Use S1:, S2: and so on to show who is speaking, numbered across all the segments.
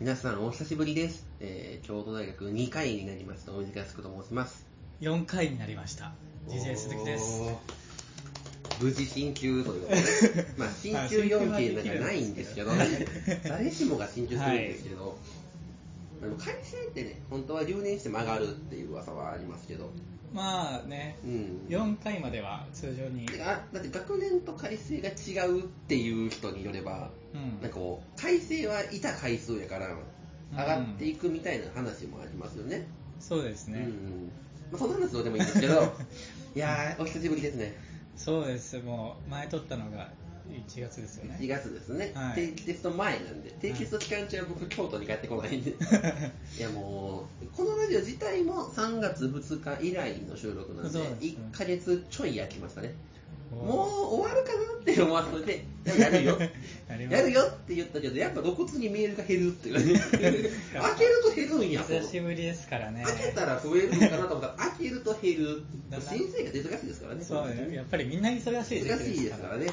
S1: 皆さんお久しぶりです、えー京都大学2回になりました大西くと申します
S2: 4回になりました DJ 鈴木です
S1: おー無事進級という ことでまあ進級4級なんかないんですけどね誰しもが進級するんですけど、あの改正ってね本当は留年して曲がるっていう噂はありますけど
S2: まあね
S1: うん
S2: 4回までは通常に
S1: てかあだって学年と改正が違うっていう人によれば
S2: うん
S1: なんかこう改正はいた回数やから上がっていくみたいな話もありますよね、
S2: そうです
S1: うんう
S2: ね、
S1: んまあ、その話どうでもいいん ですけどいやーお久しぶりですね
S2: そうですもう前撮ったのが1月ですよ
S1: 1
S2: ね
S1: 月ですね、
S2: はい
S1: 定期テスト前なんで定期テスト期間中は僕京都に帰ってこないんで いやもうこのラジオ自体も3月2日以来の収録なんで
S2: そうですね
S1: 1ヶ月ちょい空きましたねも
S2: お
S1: う終わるかなって思わせてでもや るよ
S2: ーなりま
S1: や
S2: す
S1: るよって言ったけど、やっぱ露骨にメールが減るって いうね。開けると減るんやも
S2: 久し
S1: ん。
S2: ぶりですからね
S1: 開けたら増えるのかなと思ったら、開けると減る
S2: だ。な
S1: 新生活忙しいですからね。
S2: そうねやっぱりみんな忙しい
S1: 忙しいですからね。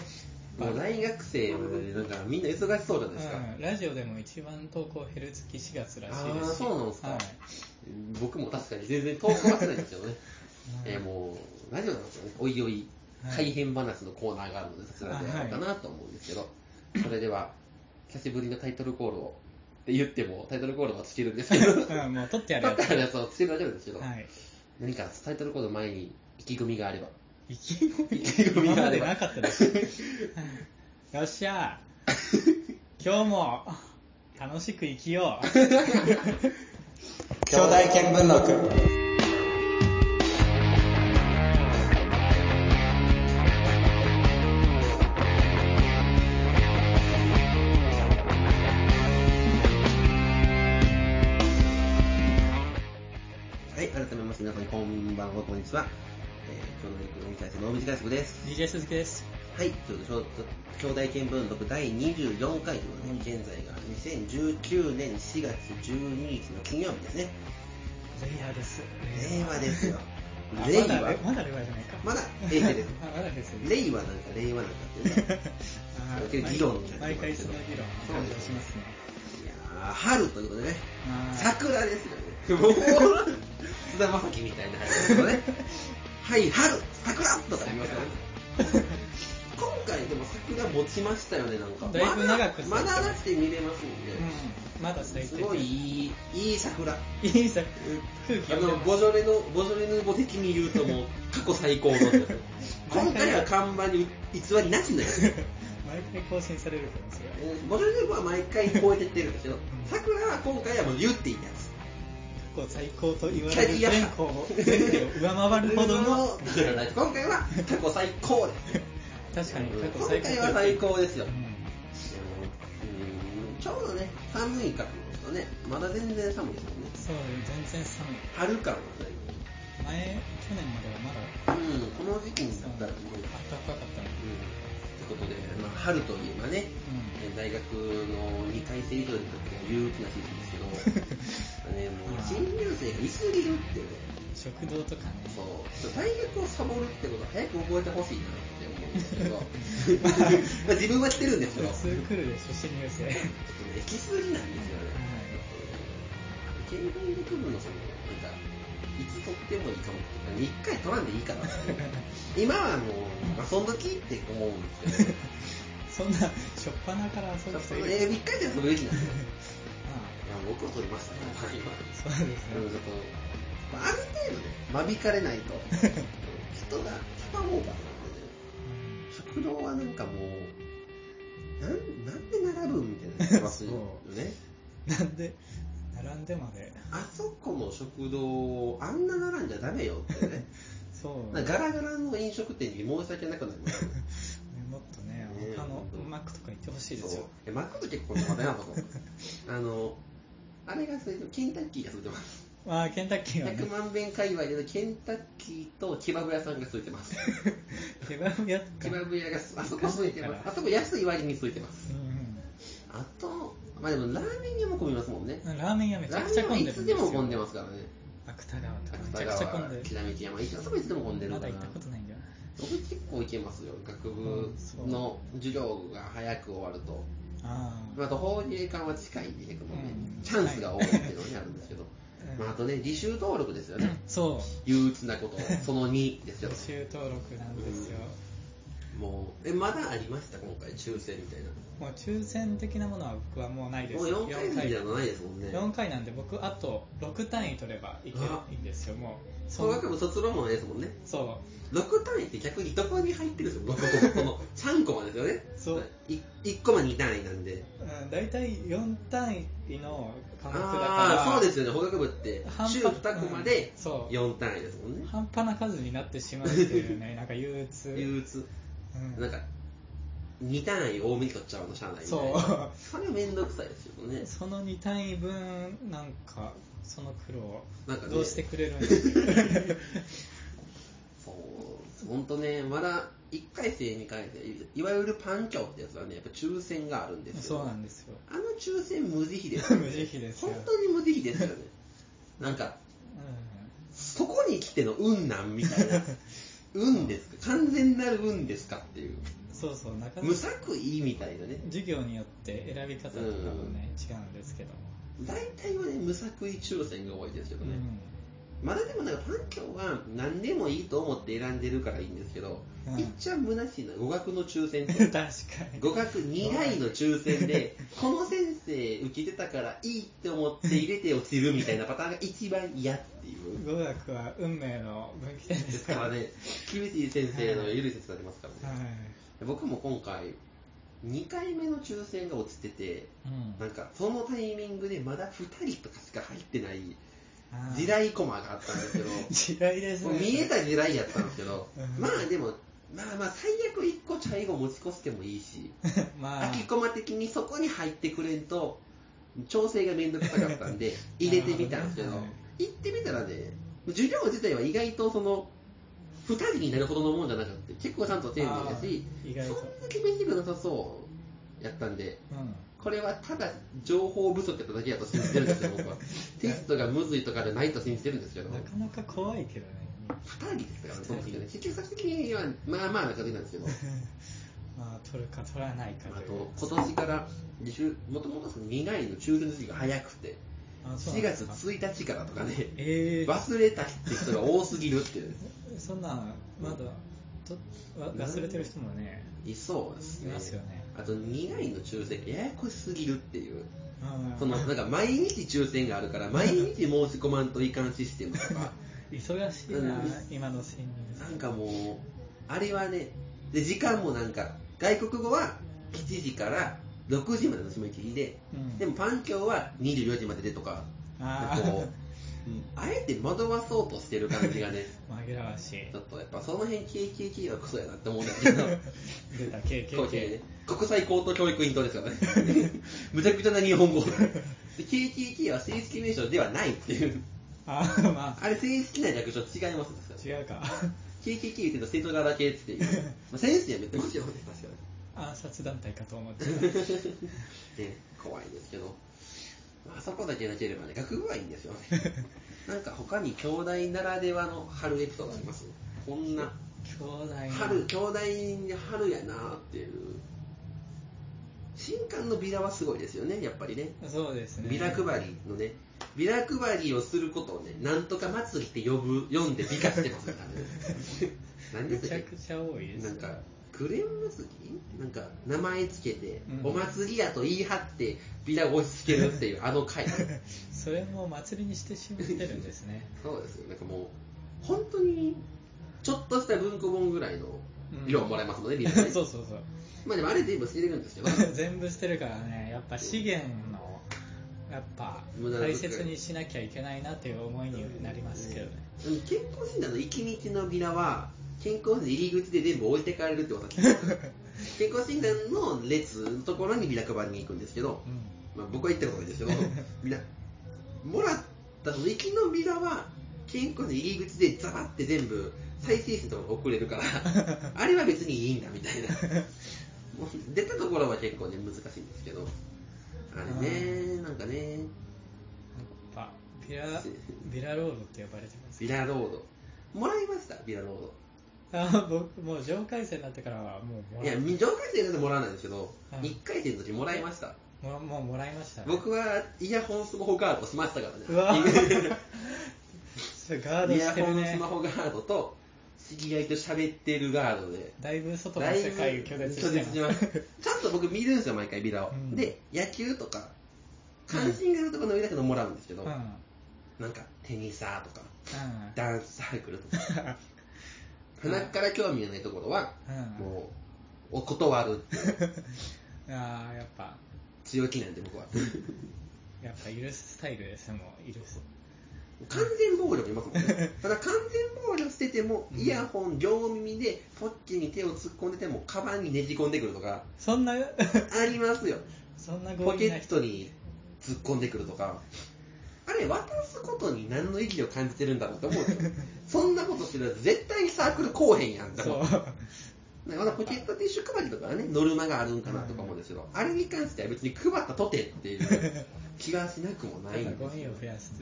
S1: もう大学生はねなんかみんな忙しそうじゃないですか。
S2: うん、ラジオでも一番投稿減る月4月らしいですし
S1: あーそうなんですか
S2: はい
S1: 僕も確かに全然投稿はしてないんですよ ね。えーもう、ラジオなんですよね。おいおい、
S2: はい
S1: 改変話のコーナーがあるので、そちらでやろうかなと思うんですけど、それでは、久しぶりのタイトルコールを、って言っても、タイトルコールは尽きるんですけど。
S2: うん、もう撮ってやる
S1: だっ
S2: よ
S1: たらね、そう、強くなれるんですけど、
S2: はい
S1: 何かタイトルコード前に意気込みがあれば。
S2: 意気込み
S1: 意気込み
S2: 今
S1: があ
S2: ま
S1: れ
S2: で
S1: ば
S2: なかったです。よっしゃ今日も楽しく生き よう。
S1: 兄弟見聞録。はい、改めまして皆さんこんばんは、こんにちは。えー、兄弟見聞録大使の大渕大輔です。
S2: DJ 鈴木です。
S1: はい、ということで、兄弟見聞録第24回ということで、現在が2019年4月12日の金曜日ですね。
S2: 令和です。
S1: 令和ですよ。
S2: あ
S1: 令
S2: まだ
S1: 和。
S2: まだ令和じゃないか。
S1: まだ平成です。
S2: あまだですよね。
S1: 令和なんか令和なんかっていうね。
S2: あー
S1: 結構議論になってますけど
S2: 毎回その議論感じがしますね。
S1: いやー、春ということでね、
S2: あー
S1: 桜ですよね。もう、菅田将暉みたいな話ですよね。はい、春、桜とか言いますよね。今回でも桜持ちましたよね、なんか。
S2: だいぶ長く
S1: まだまだだって見れますもんね。
S2: うん、まだ咲いて
S1: す
S2: る
S1: ごいいい、いい桜。あ
S2: いいさ空気
S1: の、
S2: 読んでます
S1: ボジョレの、ボジョレの語的に言うともう、過去最 高の。今回は看板に偽りなしのやつ。
S2: 毎回更新される可能性がある
S1: えーボジョレヌーボは毎回超えてってるんですけど、桜は今回はもう言っていいやつ。
S2: 過去最高と言われる全校を全てを上回るほどの
S1: 今回は過去最高です。
S2: 確かに過去
S1: 今
S2: 最高
S1: 回は最高ですよ。
S2: うん
S1: うんちょうどね、寒いからですよね。まだ全然寒いですよね。
S2: そう全然寒い
S1: 春感はない。
S2: 前去年まではまだ
S1: うん、この時期になったらもう、うん。っ
S2: 暖かかったの
S1: てことで、まあ、春といえばね、
S2: う
S1: 大学の2回生以上にとっては憂鬱な時期ですけど、ね、もう新入生がいすぎるっていうね。
S2: ん食堂とかね
S1: そう大学をサボるってことを早く覚えてほしいなって思うんですけどまあ自分はしてるんですけど
S2: 普通来るでしょ新入生はい
S1: 行き過ぎなんですよね経済学部のそのなんかいつ取ってもいいかもって1回取らんでいいかなって今はもう遊んどきって思うんですけど
S2: そんな初っ端から遊ぶ人いる
S1: え1回じゃ遊ぶべきなんですよ
S2: あ
S1: いや僕は取りましたね今
S2: あそうです
S1: うん
S2: ね
S1: ちょっとまあある程度ね間引かれないと人がサバオーバーなんでね食堂はなんかもう、なんなんで並ぶみたいなのますよね。
S2: なんで並んでまで
S1: あそこの食堂、あんな並んじゃダメよってね。
S2: そう
S1: なんかガラガラの飲食店に申し訳なくなりますよね。
S2: ねもっとね
S1: ね
S2: 他のマックとか行ってほしいです
S1: そう
S2: よ。
S1: え、マックと結構邪魔だなと思う。あの、あれがそれで、ケンタッキーがついてます。
S2: まあケンタッキー はね
S1: 100万遍界隈でのケンタッキーとケバブ屋さんがついてます。
S2: ケバブ屋と
S1: ケ
S2: か
S1: バブ屋があそこついてます。あそこ安い割についてます。
S2: う
S1: あと、まあでもラーメン屋も混みますもんね。
S2: んラーメン屋めちゃ
S1: ラ
S2: く
S1: ー
S2: ち
S1: メ
S2: ゃ
S1: ンはい
S2: 混んでる
S1: つ
S2: ん
S1: で
S2: です
S1: も
S2: よ
S1: 混んでますからね。
S2: 芥川とかめち
S1: 芥
S2: ゃくちゃ
S1: 川、
S2: 混んでる
S1: 木並木山、いつもいつでも混んでる
S2: ま
S1: か
S2: だ
S1: ら
S2: 行っ。たことないんだよな
S1: 僕結構行けますよ。学部の授業が早く終わると。
S2: ああ
S1: あと、法芸館は近いんで、結構
S2: う
S1: ね
S2: ん。
S1: チャンスが多いっていうのになるんですけど、
S2: うん
S1: まあ、あとね、履修登録ですよね。
S2: そう
S1: 憂鬱なこと、その2ですよ
S2: 募。集登録なんですよ、
S1: もう、え、まだありました、今回、抽選みたいな。
S2: もう抽選的なものは僕はもうないです
S1: もう4回
S2: 四
S1: 戦
S2: 回
S1: じゃないですもんね。
S2: 4回なんで僕あと6単位取ればいけ
S1: あ
S2: いいんですよもうそ
S1: 総
S2: ん
S1: 学部卒論もですもんね。
S2: そ
S1: 6単位って逆にどこに入ってるんですよ、こ の3コマですよね。
S2: そう
S1: い1コマ2単位なんで。
S2: う、うん、大体4単位の科目だから
S1: ああー、そうですよね、法学部って
S2: 半、端
S1: 週2コマで
S2: うんそう
S1: 4単位ですもんね。
S2: 半端な数になってしまうってい うねなんか憂鬱
S1: 憂鬱。
S2: うん
S1: なんか、2単位多めに取っちゃうの、社内みたいな
S2: そう
S1: それめんどくさいですよね。
S2: その2単位分なんかその苦労
S1: なんかね
S2: どうしてくれるんですか
S1: そう、ほんとね、まだ1回生、2回生、いいわゆるパン教ってやつはね、やっぱ抽選があるんですよ。
S2: そうなんですよ
S1: あの抽選無慈悲ですよね。
S2: 無慈悲ですよ
S1: 本当に無慈悲ですよね。なんか、そこに来ての運なんみたい な。運ですか完全なる運ですかっていう。
S2: うんそうそうなかな
S1: 無
S2: か
S1: 作為みたいなね。
S2: 授業によって選び方とかもね違うんですけども、
S1: 大体はね、無作為抽選が多いですよ
S2: う
S1: ね。
S2: ん
S1: まだでもなんか環境は何でもいいと思って選んでるからいいんですけど、
S2: うん
S1: いっちゃ虚しいのは語学の抽選
S2: 確
S1: と
S2: かに
S1: 語学2回の抽選でこの先生受けてたからいいって思って入れて落ちるみたいなパターンが一番嫌っていう
S2: 語学は運命の分岐点で
S1: ですす
S2: か
S1: かららねキューティー先生のゆるい説が出ますから
S2: は
S1: ね
S2: い、
S1: 僕も今回2回目の抽選が落ちてて
S2: うん
S1: なんかそのタイミングでまだ2人とかしか入ってない
S2: あー
S1: 時代コマがあったんですけど
S2: 時代です
S1: もう
S2: ね、
S1: 見えた時代やったんですけど
S2: うん
S1: まあでも、まあまあ、最悪1個チャイゴ持ち越してもいいし、
S2: まあ
S1: 空き駒的にそこに入ってくれんと、調整がめんどくさかった んで、入れてみたんですけど
S2: なるほどね、
S1: 行ってみたらね、授業自体は意外とその、2人になるほどのもんじゃなくて、結構ちゃんと丁寧だし、
S2: あー意
S1: そん
S2: 外
S1: な
S2: と
S1: に便利くなさそうやったんで、
S2: うん
S1: これはただ情報不足やっただけやと信じてるんですよ、僕は。 テストがむずいとかじゃないと信じてるんですけど。
S2: なかなか怖いけどね
S1: 2人ですからね、その時ね。結局、最終的には、まあまあな感じなんですけど、
S2: まあ取るか取らないか
S1: あ
S2: という
S1: と、今年から二週、もともとその2回の抽選の時期が早くて、
S2: あそう
S1: 4
S2: なんで
S1: 月
S2: すか
S1: 1日からとかね、
S2: えー、
S1: 忘れたって人が多すぎるっていう、
S2: そんなんまだとわ忘れてる人もね
S1: いそうです
S2: い
S1: ね。
S2: ますよね
S1: あと、2回の抽選がややこしすぎるっていう、
S2: うん
S1: その、なんか毎日抽選があるから、毎日申し込まんといかんシステムと か、
S2: 忙しいな、
S1: うん
S2: 今の新入
S1: なんかもう、あれはね、で、時間もなんか、外国語は7時から6時までの締め切りで、
S2: うん
S1: でもパン教は24時まででとか、
S2: あー
S1: こう、うんあえて惑わそうとしてる感じがね、
S2: 紛らわしい
S1: ちょっとやっぱその辺 KKK はクソやなって思うんですけど、こ
S2: 出た
S1: うね
S2: KKK
S1: 国際高等教育委員会ですから ね、むちゃくちゃな日本語。で KKK は正式名称ではないっていう、
S2: あーま
S1: あれ正式な略称違いますですから
S2: あ違うか
S1: KKK 言ってると生徒側だけっていう。まあ、先生はめってますよね、確か
S2: 暗殺団体かと思っ てた
S1: に。ね、怖いですけど。まああそこだけなければね、学部はいいんですよね。なんか他に兄弟ならではの春エピソードありますこんな、
S2: 兄弟の
S1: 春、兄弟に春やなっていう。新刊のビラはすごいですよね、やっぱりね。
S2: そうですね
S1: ビラ配りのね、ビラ配りをすることをね、なんとか祭りって呼ぶ、読んで美化してますからね。何で
S2: め
S1: す
S2: ち
S1: か
S2: ゃくちゃ多いです
S1: なんか、クレーン祭りなんか、名前つけて、
S2: うん
S1: お祭りやと言い張って、ビラ押し付けるっていう、あの 回。
S2: それも祭りにしてしまってるんです ね
S1: そうですよ。なんかもう、本当に、ちょっとした文庫本ぐらいの量もらえますので、ビラね
S2: そうそうそう
S1: まあでも、あれ全部捨てれるんですけど、
S2: 全部捨てるからねやっぱ資源のやっぱ
S1: 無駄な
S2: 大切にしなきゃいけないなっていう思いになりますけどね
S1: でも健康診断の1日のビラは、健康診断入り口で全部置いてかれるってことは聞いてます 健康診断の列のところにビラ配りに行くんですけど、
S2: う
S1: まあ、僕は言ったことない ですけど、みんな、もらったその行きのビラは、健康の入り口でザバって全部、再生数とか送れ るから、あれは別にいいんだみた いな。もう出たところは結構ね、難しいんですけど、あれね、なんかね、
S2: やっぱビラビラロードって呼ばれてます
S1: ビラロード。もらいました、ビラロード。
S2: あ僕もう上階生になってからはもうも
S1: いや、
S2: らう
S1: 上回生だともらわないんですけど、
S2: うん
S1: 1回生の時もらいました。
S2: もらもうもらいましたね
S1: 僕はイヤホンスマホガードしましたからね。
S2: うわ そうガード
S1: イ
S2: し
S1: ヤ
S2: てる
S1: ホンス
S2: ね
S1: マホガードと、知り合いと喋ってるガードで。
S2: だいぶ外の
S1: だいぶ
S2: 世界を拒絶して
S1: 拒絶ます ちゃんと僕見るんですよ、毎回ビラを。
S2: うん
S1: で、野球とか、関心があるところの上だけどもらうんですけ
S2: う
S1: ど、
S2: ん、うん
S1: なんかテニサーとか、ダンスサークルとか、鼻から興味がないところは、
S2: うん
S1: もう、お断るっていう
S2: ああやっぱ
S1: 強気なんで僕は。
S2: やっぱ許すスタイルですねもう許す
S1: 完全防力いますもん ね。ただ完全防力してても、イヤホン、両耳でポッケに手を突っ込んでても、カバンにねじ込んでくるとか、
S2: そんな
S1: ありますよ。
S2: そんな
S1: ポ
S2: 強
S1: ケ
S2: 引な
S1: ッ
S2: 人
S1: トに突っ込んでくるとか、あれ、渡すことに何の意義を感じてるんだろうと 思うんですよ。そんなことしてたら絶対にサークルこうへんやん。だか
S2: そう
S1: らまだポケットティッシュ配りとかはね、ノルマがあるんかなとか思うんですけど、あれに関しては別に配ったとてっていう 気がしなくもないんです
S2: ゴ
S1: よ
S2: ミを増やす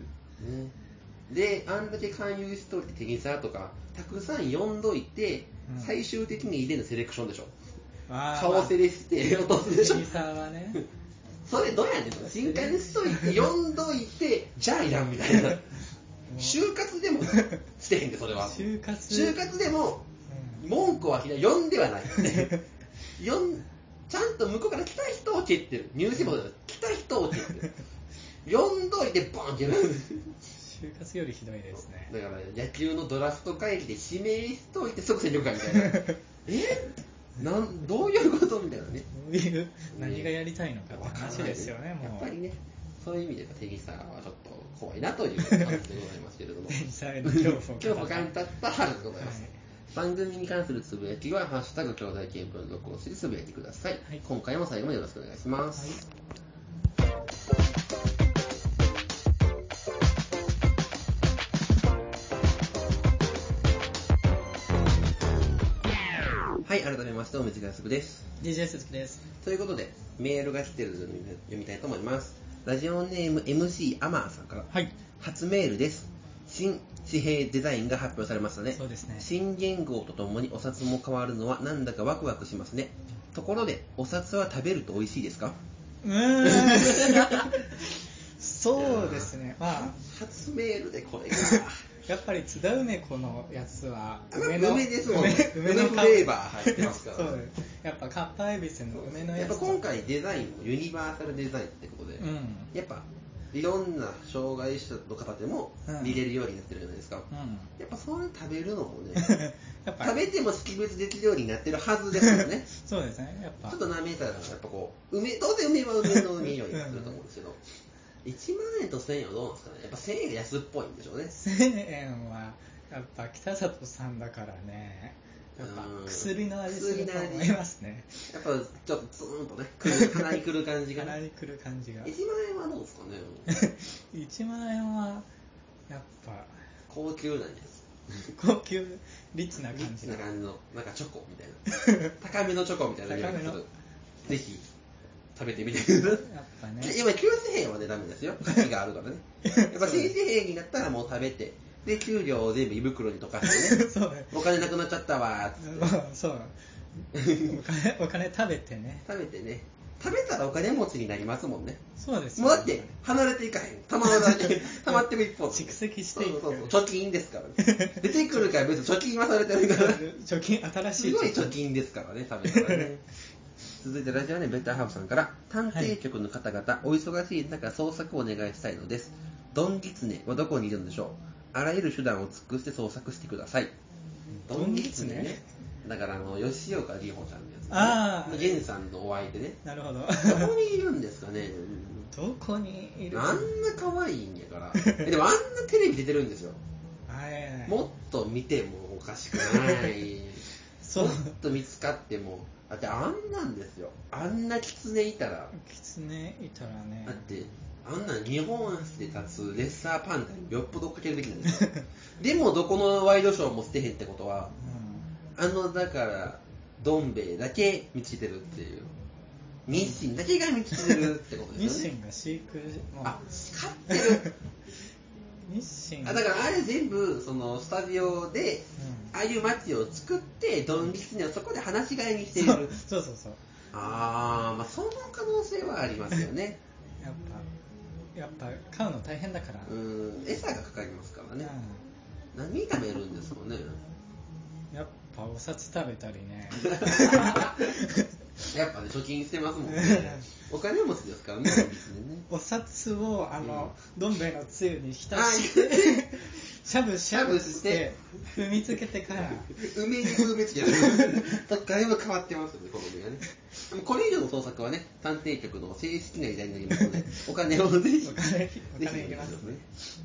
S1: ね、で、あんだけ勧誘しといてテニサーとか、たくさん呼んどいて、
S2: うん
S1: 最終的に入れのセレクションでしょ。
S2: あー
S1: 顔セレして、落とすでしょ
S2: ミ。サーはね
S1: それどうやねんと。新刊にしといて、呼んどいて、 じゃあいらんみたいな。就活 でもしてへんで、それは。
S2: 就活
S1: 就活でも、文句はひら呼んではない。 呼んちゃんと向こうから来た人を蹴ってる。入試もそうだけど来た人を蹴 ってる。呼んどいて、ボン蹴る。
S2: 就活よりひどいですね
S1: だから野球のドラフト会議で指名しといて即戦力かみた いなえなんどういうことみたいなね
S2: どういう何がやりたいのかって話ですよね
S1: やっ
S2: も
S1: ぱり
S2: う
S1: ねそういう意味ではテニサーはちょっと怖いなという感じでございますけれど も
S2: テニサーへの恐怖を語る
S1: 恐怖を感じたった春でございます、
S2: はい
S1: 番組に関するつぶやきは「ハッシュタグ兄弟見聞録」をしてつぶやいてください、
S2: はい
S1: 今回も最後までよろしくお願いします、はい、改めまして、おめでとうです。
S2: DJ 鈴木です
S1: ということで、メールが来てるので読みたいと思います。ラジオネーム MC アマーさんから、
S2: はい
S1: 初メールです。新紙幣デザインが発表されましたね。
S2: そうですね
S1: 新元号とともにお札も変わるのはなんだかワクワクしますね。ところで、お札は食べると美味しいですか
S2: うーんそうですねまあ
S1: 初メールでこれが。
S2: やっぱり津田梅子のやつ は
S1: 梅
S2: の
S1: ですもんね
S2: 梅
S1: 梅
S2: の
S1: フレーバー入ってますからね
S2: そうですやっぱカッパエビスの梅の
S1: や
S2: や
S1: っ
S2: つ
S1: ぱ今回デザインもユニバーサルデザインってことで、
S2: うん、うん、
S1: やっぱいろんな障害者の方でも見れるようになってるじゃないですか。やっぱそれ食べるのもね、
S2: やっぱ。
S1: 食べても識別できるようになってるはずですよね
S2: そうですねやっぱ
S1: ちょっと舐めたら、やっぱこう、梅、当然梅は梅の匂いがすると思うんですけど、1万円と1000円はどうなんですかね。やっぱ1000円が安っぽいんでしょうね。
S2: 1000円はやっぱ北里さんだからねやっぱ
S1: うん
S2: 薬の味すると思いますね
S1: やっぱちょっとツーンとね、くる鼻にくる感じが。1
S2: 鼻
S1: 万
S2: にくる感じが
S1: 円はどうですかね。
S2: 1万円はやっぱ
S1: 高級なんです。
S2: 高級リッチな
S1: リッ
S2: 感
S1: チ
S2: じ
S1: な
S2: が
S1: 感じの、なんかチョコみた いな。高めのチョコみたいな匂いがす
S2: 高め
S1: る
S2: の。
S1: ぜひ、食べてみてください。
S2: やっぱね
S1: 今、給水兵はね、ダメですよ。価値があるからね。やっぱ新紙幣になったらもう食べて、で、給料を全部胃袋に溶かしてね、
S2: そうね
S1: お金なくなっちゃったわーっつって
S2: そうお金お金食べてね
S1: 食べてね、食べたらお金持ちになりますもんね。
S2: そうです
S1: もうだって、離れていかへん。たまら ない。溜まっていく一方。
S2: 蓄積してい
S1: そ
S2: く
S1: うそうそう。貯金ですから ね。出てくるから別に貯金はされてるから。
S2: 貯金新し
S1: す
S2: い
S1: ごい貯金ですからね、食べたら ね。続いてラジオネームベッターハーフさんから、探偵局の方々、お忙しい中捜索をお願いしたいのです。ドンギツネはどこにいるんでしょうあらゆる手段を尽くして捜索してください。
S2: ドンギツネ
S1: だからあの、吉岡里帆さんのやつ、ね。
S2: あー
S1: 源さんのお相手ね。
S2: なる ほど
S1: どこにいるんですかね
S2: どこにいる
S1: あんな可愛いんやから。えでもあんなテレビ出てるんですよ。
S2: はい
S1: もっと見てもおかしくない。
S2: そう
S1: もっと見つかっても、だってあんなんですよ。あんな狐いたら、
S2: キツネいたらね
S1: だって、あんなん日本足で立つレッサーパンダによっぽどかけるべきなん ですよ。でもどこのワイドショーもしてへんってことは、
S2: う
S1: あの、だから、どん兵衛だけ満ちてるっていう。日清だけが満ちてるってこと
S2: ん
S1: で
S2: 日
S1: すよね。
S2: 清が飼育もう
S1: あ、飼ってる。
S2: 日清
S1: あだからあれ全部、その、スタジオで、ああいう街を作って、ドン・リツネをそこで放し飼いにしている
S2: うん。そうそうそうそう
S1: あー、まあ、その可能性はありますよね。
S2: やっぱやっぱ買うの大変だから、
S1: うん、餌がかかりますからね。何食べるんですかね。
S2: うんやっぱお札食べたりね
S1: やっぱね、貯金してますもんね。お金持ちですからね、別にね。
S2: お札をあの、どん兵衛のつゆに浸して
S1: あ
S2: しゃぶしゃぶして踏みつけてから
S1: 梅に梅めつけやる。だいぶ変わってますよね、好み がね。でもこれ以上の捜索はね、探偵局の正式な依頼になりますので、お金をぜひ。
S2: お金お
S1: ぜひ
S2: 金いります
S1: ね。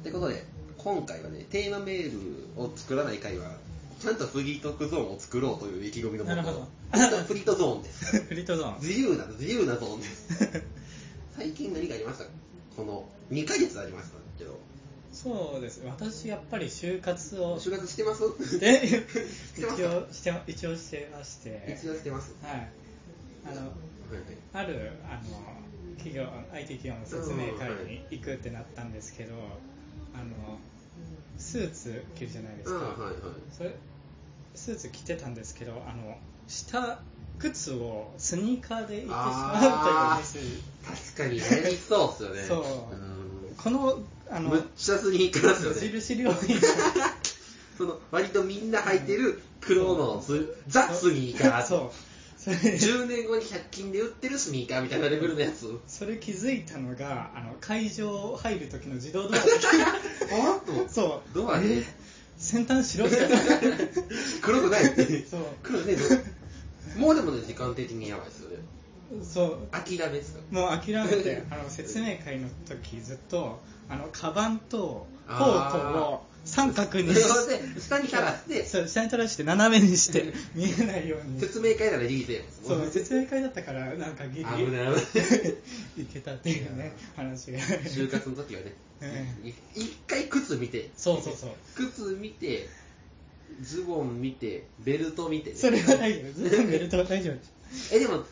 S1: ってことで、今回はね、テーマメールを作らない回は、ちゃんとフリートークゾーンを作ろうという意気込みのも
S2: なるほど
S1: ちゃんとフリートゾーンです。
S2: フリートゾーン
S1: 自由な、自由なゾーンです。最近何かありましたこの2ヶ月ありましたけど、
S2: そうです私やっぱり就活を
S1: 就活してます
S2: え
S1: てます
S2: 一応してま一応してまして
S1: 一応してます。
S2: はいあの
S1: はいはい
S2: あるあの企業 IT 企業の説明会に行くってなったんですけど、あのスーツ着るじゃないです
S1: うん、
S2: か、
S1: はいはい。
S2: それスーツ着てたんですけどあの下靴をスニーカーで行ってしまうというミス
S1: 確かにやりそうっすよね。
S2: そう
S1: うん
S2: このあの
S1: むっちゃスニーカーですよ
S2: 無
S1: ね。
S2: 印良品
S1: その割とみんな履いてる黒のス、ザ・スニーカー。
S2: そうそれ
S1: 10年後に100均で売ってるスニーカーみたいなレベルのやつ。
S2: それ気づいたのがあの会場入る時の自動ドア
S1: あっと
S2: そう
S1: ドアで
S2: え先端白いから
S1: 黒くない
S2: そう
S1: 黒ねもうでもね、時間的にやばいっすよね。
S2: そう
S1: 諦めっすか
S2: もう諦めてあの説明会の時ずっとあのカバンとフォークを三角にし
S1: それで、下に垂らして、
S2: そう下に垂らして斜めにして見えないように
S1: 説明会ならリーゼンス。
S2: そう説明会だったからなんかギリ
S1: 危ない危ない。
S2: いけたっていうね話が
S1: 就活の時はね、
S2: うん
S1: い一回靴見て、
S2: そうそうそう
S1: 靴見て、ズボン見て、ベルト見てね、
S2: それは大丈夫ずっとベルトは大丈夫
S1: え、でも、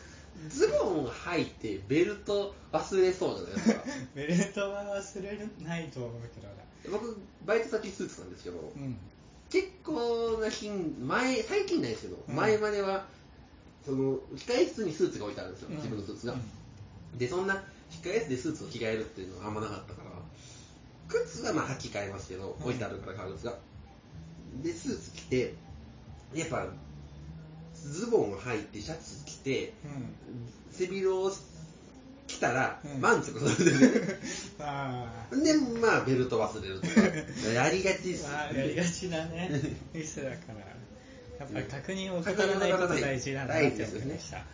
S1: ズボン履いて、ベルト忘れそうじゃない ですか。
S2: ベルトは忘れないと思うけどな
S1: 僕、バイト先スーツなんですけど、
S2: うん
S1: 結構な頻前、最近ないですけど、
S2: うん
S1: 前までは、その、控え室にスーツが置いてあるんですよ、
S2: うん
S1: 自分のスーツが。
S2: うん
S1: で、そんな、控え室でスーツを着替えるっていうのはあんまなかったから、靴はまあ履き替えますけど、
S2: うん
S1: 置いてあるから買うんですが。で、スーツ着て、やっぱ、ズボンを履いて、シャツ着て、
S2: うん
S1: 背広を着たら
S2: う、ん
S1: 満足するんです
S2: あ
S1: よ、で、まあ、ベルト忘れると か、やりがちっす
S2: ーあーやりがちなねミスだからやっぱり確認を
S1: 確認
S2: 怠
S1: を
S2: らないこと
S1: 怠らない
S2: 大事なんだな
S1: 大
S2: っ
S1: 事
S2: て
S1: です
S2: 思
S1: よ
S2: い
S1: ね
S2: ました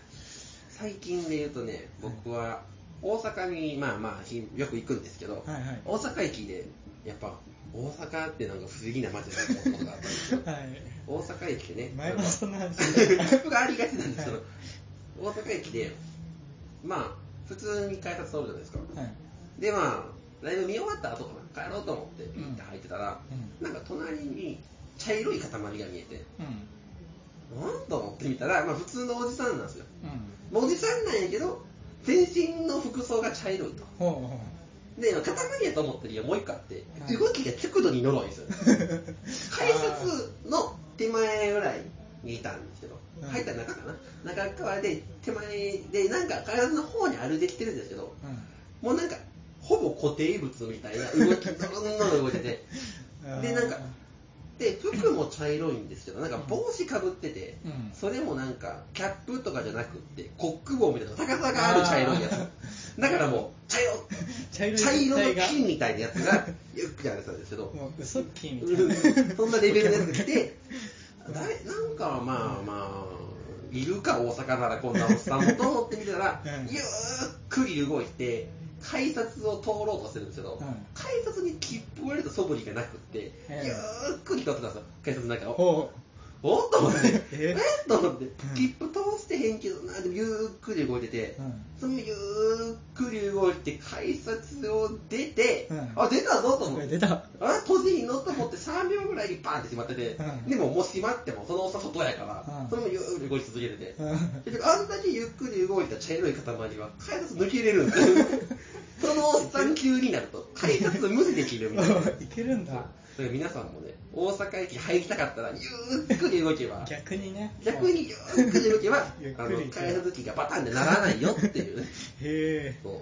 S1: 最近で言うとね、僕は大阪に、まあまあ、ひよく行くんですけど、
S2: はいはい。
S1: 大阪駅で、やっぱ、大阪ってなんか不思議な街だなと思うことがあったんですよ
S2: はい
S1: 大阪駅でね、
S2: 前はそん な話
S1: 僕がありがちなんですけど、大阪駅で、まあ、普通に改札通るじゃないですか。
S2: はい
S1: で、まあ、ライブ見終わった後かな、帰ろうと思って、
S2: うん
S1: 行って入ってたら、なんか隣に茶色い塊が見えて、
S2: うん
S1: なんと思ってみたら、まあ普通のおじさんなんですよ。
S2: うんうん
S1: おじさんなんやけど、全身の服装が茶色いと。
S2: ほうほ
S1: で、塊やと思った理由はもう一個あって、
S2: はい
S1: 動きが極度に呪いですよ。
S2: う
S1: 改札の手前ぐらいにいたんですけど
S2: う、ん
S1: 入った中かな。中側で、手前で、なんか改札の方に歩いてきてるんですけど、もうなんか、ほぼ固定物みたいな動き、どんどん動いてて。
S2: うん
S1: で、なんか
S2: あ、
S1: で、服も茶色いんですけど、なんか帽子かぶってて、
S2: ーうん
S1: それもなんか、キャップとかじゃなくって、コック帽みたいな高さがある茶色いや
S2: あ
S1: つ。だからもう、茶色、
S2: 茶色い
S1: 茶色の
S2: 液体が
S1: 金みたいなやつが、よくやられてたんですけど、
S2: もう嘘っきみたいな
S1: そんなレベルのやつ来 て、だいなんかまあまあ、いるか大阪ならこんなおっさんもと思ってみたら、
S2: うん
S1: ゆっくり動いて、改札を通ろうとしてるんですけど、
S2: うん
S1: 改札に切符を入れた素振りがなくって、
S2: うん
S1: ゆっくり通ってたんですよ、改札の中を。
S2: ほ
S1: おっと思って、えっ
S2: え
S1: と思って
S2: ん、
S1: 切符通してへんけどな、でもゆっくり動いてて、
S2: ううん
S1: そのゆっくり動いて、改札を出て、
S2: うん
S1: あ、出たぞと思
S2: こ
S1: っ
S2: れ
S1: て、
S2: 出た
S1: あれ閉じんのと思って3秒ぐらいにパーンって閉まってて、
S2: うん
S1: でももう閉まってもそのおっさん外やから、
S2: うん
S1: それもゆっくり動き続けてて、
S2: うん
S1: 結局あんだけゆっくり動いた茶色い塊は改札抜けれるんでそそのおっさん級になると、改札無視できるみたいな。だか
S2: いけるんだ
S1: ら皆さんもね、大阪駅入りたかったら、ゆっくり動け ば、
S2: 逆にね
S1: 逆にゆっくり動けば、あ
S2: ゆっく
S1: の
S2: り行けば
S1: 改札機がバタンってならないよっていうね。
S2: へ
S1: そう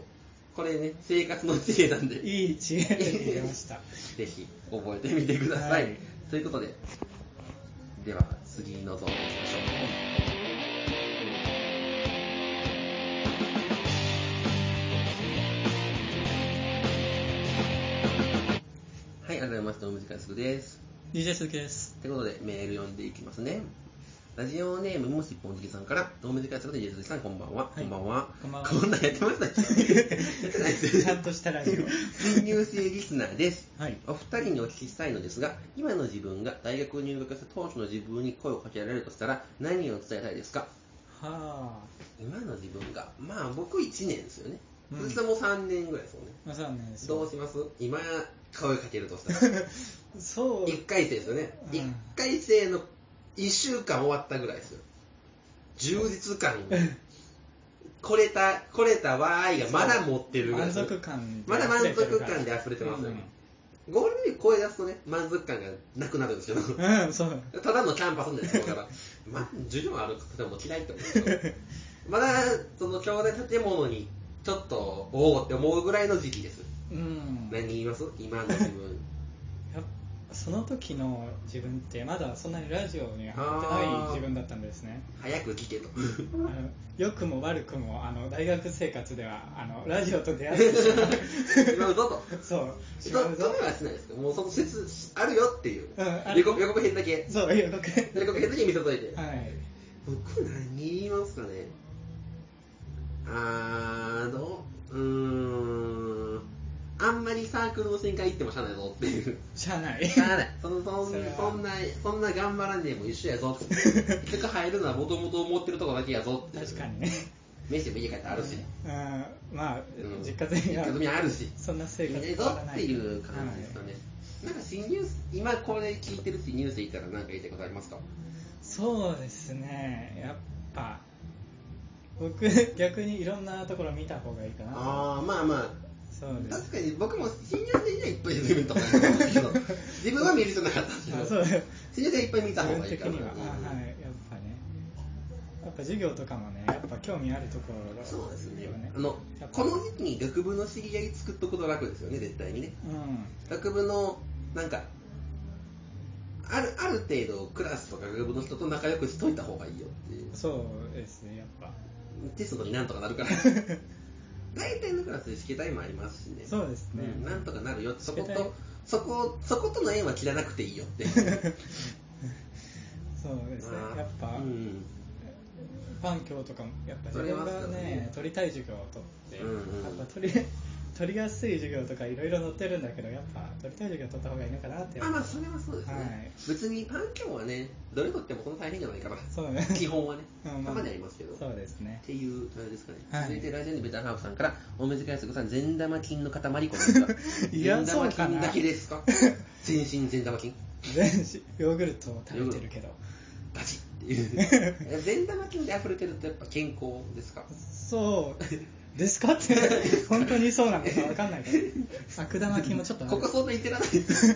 S1: これね、生活の知恵なんで
S2: え。いい知恵が出ました
S1: ぜひ覚えてみてください。
S2: はい
S1: ということで、では次のゾーンに行きましょう。はい、改めまして、おむじかすぐです。
S2: DJ 鈴木です
S1: ということで、メール読んでいきますね。ラジオネームもしっぽんじきさんから、どうもじかすぐで、ジェイソンさん、こんばんは。こ
S2: はい
S1: んばんは。
S2: こんばんは
S1: こんなんやってましたっけやって ないですよ
S2: ちゃんとしたラジオ
S1: 新入生リスナーです。
S2: はい
S1: お二人にお聞きしたいのですが、今の自分が大学入学した当初の自分に声をかけられるとしたら、何を伝えたいですか
S2: はあ
S1: 今の自分が、まあ僕1年ですよね。
S2: う
S1: 鈴
S2: ん
S1: 木さんも3年ぐらいですよね。
S2: まあそうなんです
S1: ど
S2: よ
S1: うします今声かけるとしたら。
S2: そう
S1: 1回生ですよね。
S2: うん
S1: 1回生の1週間終わったぐらいですよ。充実 感、これた、これたわーいがまだ持ってるぐらい
S2: 満
S1: ですよ
S2: 足感
S1: まだ満足感で溢れてますよね。ゴールデンウィーク声出すとね、満足感がなくなるんですけど、
S2: うん、うん、そう
S1: ただのキャンパスなんですよ、 だから、まあ、授業ある方も嫌いって思うんですけど、まだ、その兄弟建物に、ちょっと、おおって思うぐらいの時期です。
S2: うん
S1: 何言います今の自 分。
S2: やっぱその時の自分ってまだそんなにラジオにはまってない自分だったんですね
S1: 早く来て と。
S2: あの良くも悪くもあの大学生活ではあのラジオと出会ってしまう
S1: 違うぞと。
S2: そう
S1: ち
S2: 違
S1: ょっ
S2: う
S1: と
S2: ぞ
S1: めはしないですけど、もうその説あるよっていう。
S2: うんある
S1: 予告、予告編だけ。
S2: そう予
S1: 予
S2: 告
S1: 告編だけ見せといて。
S2: はい
S1: 僕何言いますかねあーどううーんあんまりサークルの旋回行ってもしゃあないぞっていう
S2: しゃあない
S1: しゃあないそのそん
S2: それは
S1: そんなそんな頑張らんでも一緒やぞ って結局入るのはもともと思ってるとこだけやぞっていう
S2: 確かにね
S1: 飯も家帰ってあるし、
S2: うんまあ
S1: うん
S2: 実家的には
S1: 実家住みあるし
S2: そんな生
S1: いい
S2: 活
S1: ね
S2: 変
S1: ぞ
S2: わら
S1: っ
S2: な
S1: て
S2: い
S1: いう感じですかね、なんか新入生今これ聞いてる新入生いたら何か言いたいことありますか
S2: そうですねやっぱ僕逆にいろんなところ見た方がいいかな
S1: ああまあまあ
S2: そうです
S1: 確かに僕も新入生にはいっぱい出てると思うんですけ ど自分は見る人なかったんですけ
S2: あ
S1: ど
S2: そうです
S1: 新入生いっぱい見た方
S2: 自分
S1: がいい
S2: 的
S1: から
S2: には、あはい、やっぱねやっぱ授業とかもねやっぱ興味あるところが
S1: そうですね
S2: よ
S1: あの
S2: やっぱ
S1: この時期に学部の知り合い作っとくと楽ですよね絶対にね
S2: うん
S1: 学部のなんかあるある程度クラスとか学部の人と仲良くしといた方がいいよっていう
S2: そうですねやっぱ
S1: テストになんとかな るから大体のクラスで試験タイムありますしね
S2: そうですね、
S1: うんなんとかなるよってそこ
S2: 試験
S1: とそこそことの縁は切らなくていいよって
S2: そうですねやっぱ、
S1: うん
S2: 環境とかもやっぱ自
S1: 取れま
S2: 分
S1: すから
S2: が
S1: ね
S2: ね取りたい授業を取って、
S1: うんうん
S2: やっぱ取り取りやすい授業とかいろいろ載ってるんだけどやっぱ取りたい授業取った方がいいのかなって
S1: あまあそれはそうですね、
S2: はい
S1: 別に環境はねどれとってもそんな大変じゃないから
S2: そうね
S1: 基本はね
S2: うん
S1: た
S2: まあ
S1: まにありますけどっ
S2: そうですね
S1: ていうあれですかね、
S2: はい
S1: 続いてラジオネームベターハーフさんからおめでかいすこさん善玉菌の塊こんにちは
S2: いや
S1: 善玉
S2: そうか
S1: 菌
S2: な
S1: だけです か全身善玉菌
S2: 全身ヨーグルトを食べてるけど
S1: バチッって いう善玉菌で溢れてるとやっぱ健康ですか
S2: そうですかって本当にそうなのかわかんないから悪玉菌もちょっとある
S1: ここそんな言ってらないです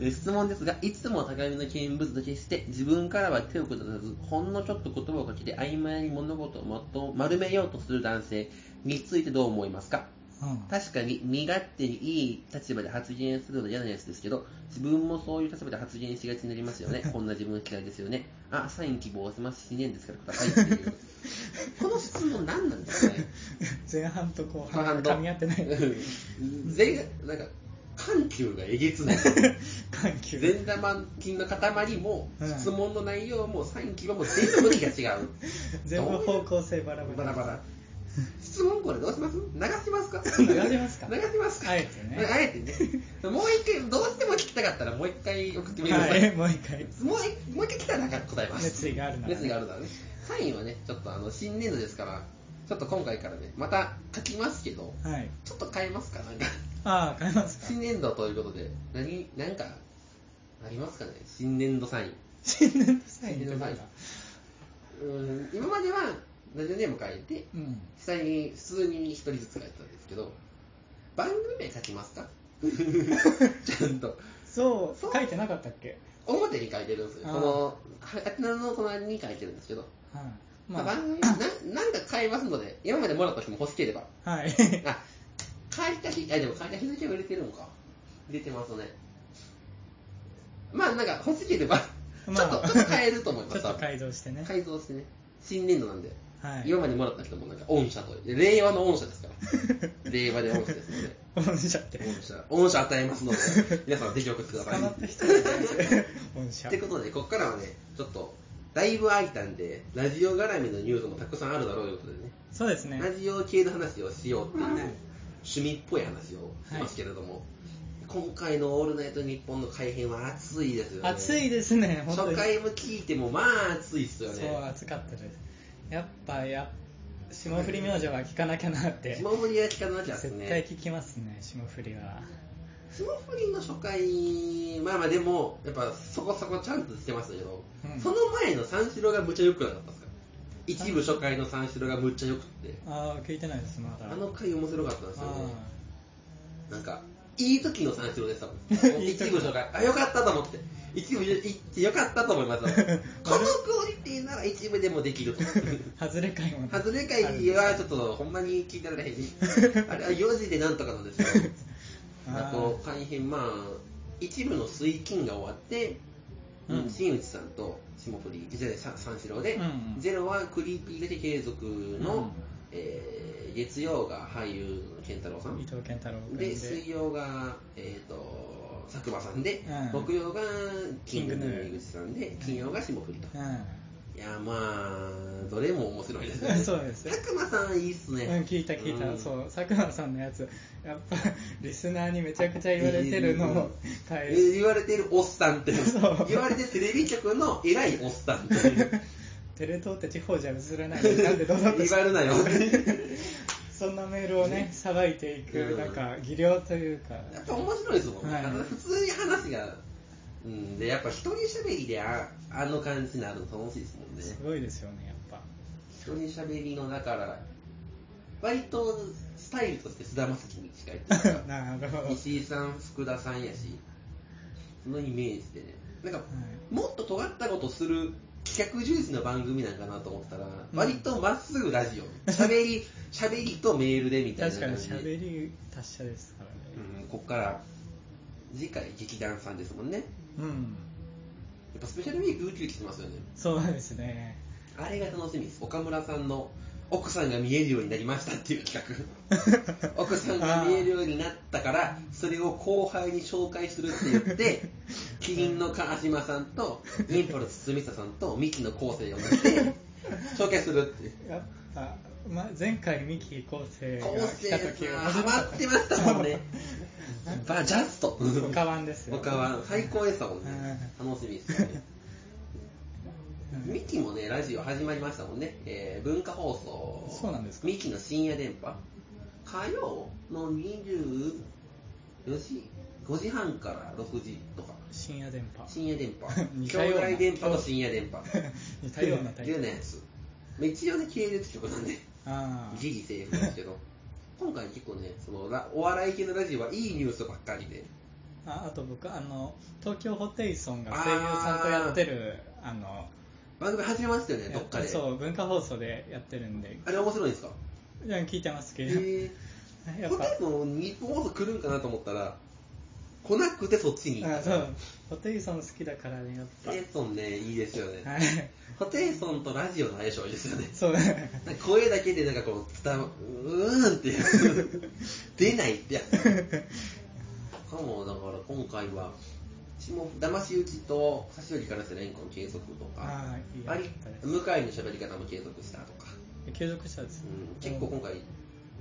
S1: え質問ですが、いつも互いの見物だけして、自分からは手を下さず、ほんのちょっと言葉をかけて、曖昧に物事をまと丸めようとする男性についてどう思いますか
S2: うん
S1: 確かに、身勝手にいい立場で発言するのは嫌なやつですけど、自分もそういう立場で発言しがちになります よね。こんな自分嫌いですよね。あ、サイン希望します。死ねんです からくださいっていう。この質問何なんですかね
S2: 前半と後
S1: 半
S2: 半
S1: と
S2: 噛み合ってな い
S1: うん全なんか緩急がえげ つない
S2: 緩急
S1: 善玉菌の塊も
S2: うん
S1: 質問の内容もサイン基盤も全部向きが違う
S2: 全部方向性バラバ
S1: バ
S2: ラ
S1: ラバラ質問これどうします流しますか
S2: 流しますか
S1: 流しますか
S2: あえてね
S1: あえてねもう一回どうしても聞きたかったらもう一回送ってみてくだ
S2: は
S1: さい、
S2: いもう一回
S1: もう一もう一回来たらなんか答えます
S2: 熱意があるならね
S1: 熱意があるならねサインはねちょっとあの新年度ですからちょっと今回からねまた書きますけど
S2: はい
S1: ちょっと変えますかなんか
S2: ああ変えますか
S1: 新年度ということで、何、何か、ありますかね新年度サイン。
S2: 新年度サインってことだ
S1: うーん、今までは、ラジオネーム書いて、
S2: うん
S1: 実際に、普通に一人ずつ書いてたんですけど、番組名書き ますかちゃんと。
S2: そう
S1: そう
S2: 書いてなかったっけ
S1: 表に書いてるんですよ。
S2: あー
S1: この、あちらの隣に書いてるんですけど、
S2: はい、
S1: まあ、
S2: ま
S1: 番組、ななんか変えますので、今までもらった人も欲しければ。
S2: あ、はい
S1: あ、書いた日、あ、でも書いた日付は売れてるのか。出てますね。まあ、なんか欲しければ、ちょっ
S2: まあ
S1: と、ちょっと変えると思いま
S2: ちょ
S1: す。
S2: っと改造してね
S1: 改造してね。新年度なんで。
S2: はい
S1: 今までもらった人もなんか御社とで令和の御社ですから 令和で御社ですので
S2: 御社って
S1: 御社御社与えますので 皆さんぜひ送ってくださ
S2: 捕まった
S1: い
S2: 人じ ゃないですよ御社
S1: ってことでここからはねちょっとだいぶ空いたんでラジオ絡みのニュースもたくさんあるだろうということでね
S2: そうですね
S1: ラジオ系の話をしようっていうね、趣味っぽい話をしますけれども、今回の「オールナイトニッポン」の改編は熱いですよね
S2: 暑いですね本当
S1: 初
S2: に
S1: 回も聞いてもまあ熱いっすよね
S2: そう暑かったですやっぱや霜降り明星は聞かなきゃなって
S1: 霜降りは聞かなきゃです
S2: 絶
S1: ね
S2: 対聞きますね霜降りは
S1: 霜降りの初回、まあまあでも、やっぱそこそこちゃんとしてましたけど、
S2: うん
S1: その前の三四郎がむっちゃ良くなかったですか一部初回の三四郎がむっちゃ良くって、
S2: ああ聞いてないですまだ
S1: あの回面白かったんですよね。
S2: あ。
S1: なんか、いい時の三四郎でしたもん
S2: いい時
S1: 一部初回、あ、良かったと思って、一部行って良かったと思い ました。このクオリティなら一部でもできると。
S2: あ外れ会もね
S1: 外れ会はちょっとほんまに聞いてられへんし、あれは4時でなんとかなんですよ。あと改編まあ一部の水金が終わって、
S2: うん
S1: 新内さんと霜降りじゃあさ三四郎で、
S2: うんうん
S1: ゼロはクリーピーだけ継続の、
S2: うん
S1: えー月曜が俳優の健太郎さ
S2: 伊
S1: ん
S2: 藤健太郎君
S1: で水曜が、えー、と佐久間さんで、
S2: うん
S1: 木曜がキングヌ
S2: キングヌ
S1: ー
S2: ー
S1: 井口さんで金曜が霜降りと、
S2: う
S1: いやまあどれも面白いですね
S2: ん そうです
S1: 佐久間さんいいっすね、
S2: うん、聞いた聞いた、
S1: うん
S2: そう佐久間さんのやつやっぱリスナーにめちゃくちゃ言われてるのを返す
S1: え言われてるおっさんって
S2: そう
S1: 言われてテレビ局の偉いおっさんっていう
S2: テレ東って地方じゃ映らないのになんでどうなった
S1: 言われるなよ
S2: そんなメールをねさばいていく
S1: うん
S2: なんか技量というか
S1: やっぱ面白いですもんね、
S2: はい
S1: あの普通に話がうんでやっぱ一人喋りでああの感じになるの楽しいですもんね
S2: すごいですよねやっぱ
S1: 一人喋りのだから割とスタイルとして菅田将暉に近いって いうか
S2: な るほど、はい、
S1: 石井さん福田さんやしそのイメージでねなんかもっと尖ったことする企画重視の番組なんかなと思ったら、割とまっすぐラジオ、しゃべ り、しゃべりとメールでみたいな
S2: 確か
S1: 感
S2: に
S1: じ
S2: しゃ
S1: で、
S2: べり達者ですからね
S1: うん、こっから、次回劇団さんですもんね。や
S2: うん、
S1: っぱスペシャルウィークウキウキしてますよね。
S2: そうですね
S1: あれが楽しみです。岡村さんの奥さんが見えるようになりましたっていう企 画。 奥さんが見えるようになったから、それを後輩に紹介するって言 って、キリンの川島さんと、インパルス堤下さんと、ミキの昴生を呼ん で、紹介するっていう。
S2: やっぱ、ま、前回ミキ昴生が
S1: 昴生
S2: 来た
S1: さ
S2: 時
S1: ん、
S2: は
S1: ハマってましたもんね。バジャスト。
S2: おかわんですよ
S1: おかわん最高でしたもんね。楽しみですよね。
S2: うん
S1: ミキもね、ラジオ始まりましたもんね。えー文化放送。
S2: そうなんですか
S1: ミキの深夜電波。火曜の24時、5時半から6時とか。
S2: 深夜電波。
S1: 深夜電波
S2: 似
S1: 兄
S2: たような
S1: 弟電波と深夜電波。
S2: 似たようなタイ
S1: いうよう
S2: プ
S1: なやつ。まあ一応ね、系列局なんで。
S2: あ
S1: ギリセーフですけど、今回結構ね、そのラお笑い系のラジオはいいニュースばっかりで、
S2: あああと僕あの東京ホテイソンが声優さんとやってるあの
S1: 番組始めましたよね、
S2: や
S1: どっかで。
S2: そう文化放送でやってるんで
S1: あれ面白いんですか
S2: いや聞いてますけ
S1: へ
S2: ど、
S1: え
S2: やっ
S1: ホテ
S2: ぱ
S1: イソン日本放送来るんかなと思ったら、来なくてそっちに行
S2: あ
S1: った。
S2: そうホテイソン好きだからねやっ
S1: ホテイソンね、いいですよね。
S2: ぱはい
S1: ホテイソンとラジオの相性いいですよね。
S2: そう
S1: なんか声だけでなんかこう伝わうーんってや つ出ないってやつかもだから今回は下騙し討ちと差し寄りからしてレンコン継続とか
S2: あーいいや
S1: あ
S2: っ
S1: り
S2: たです
S1: 向かいの喋り方も継続したとか、
S2: 継続したです
S1: う
S2: ね、
S1: ん、結構今回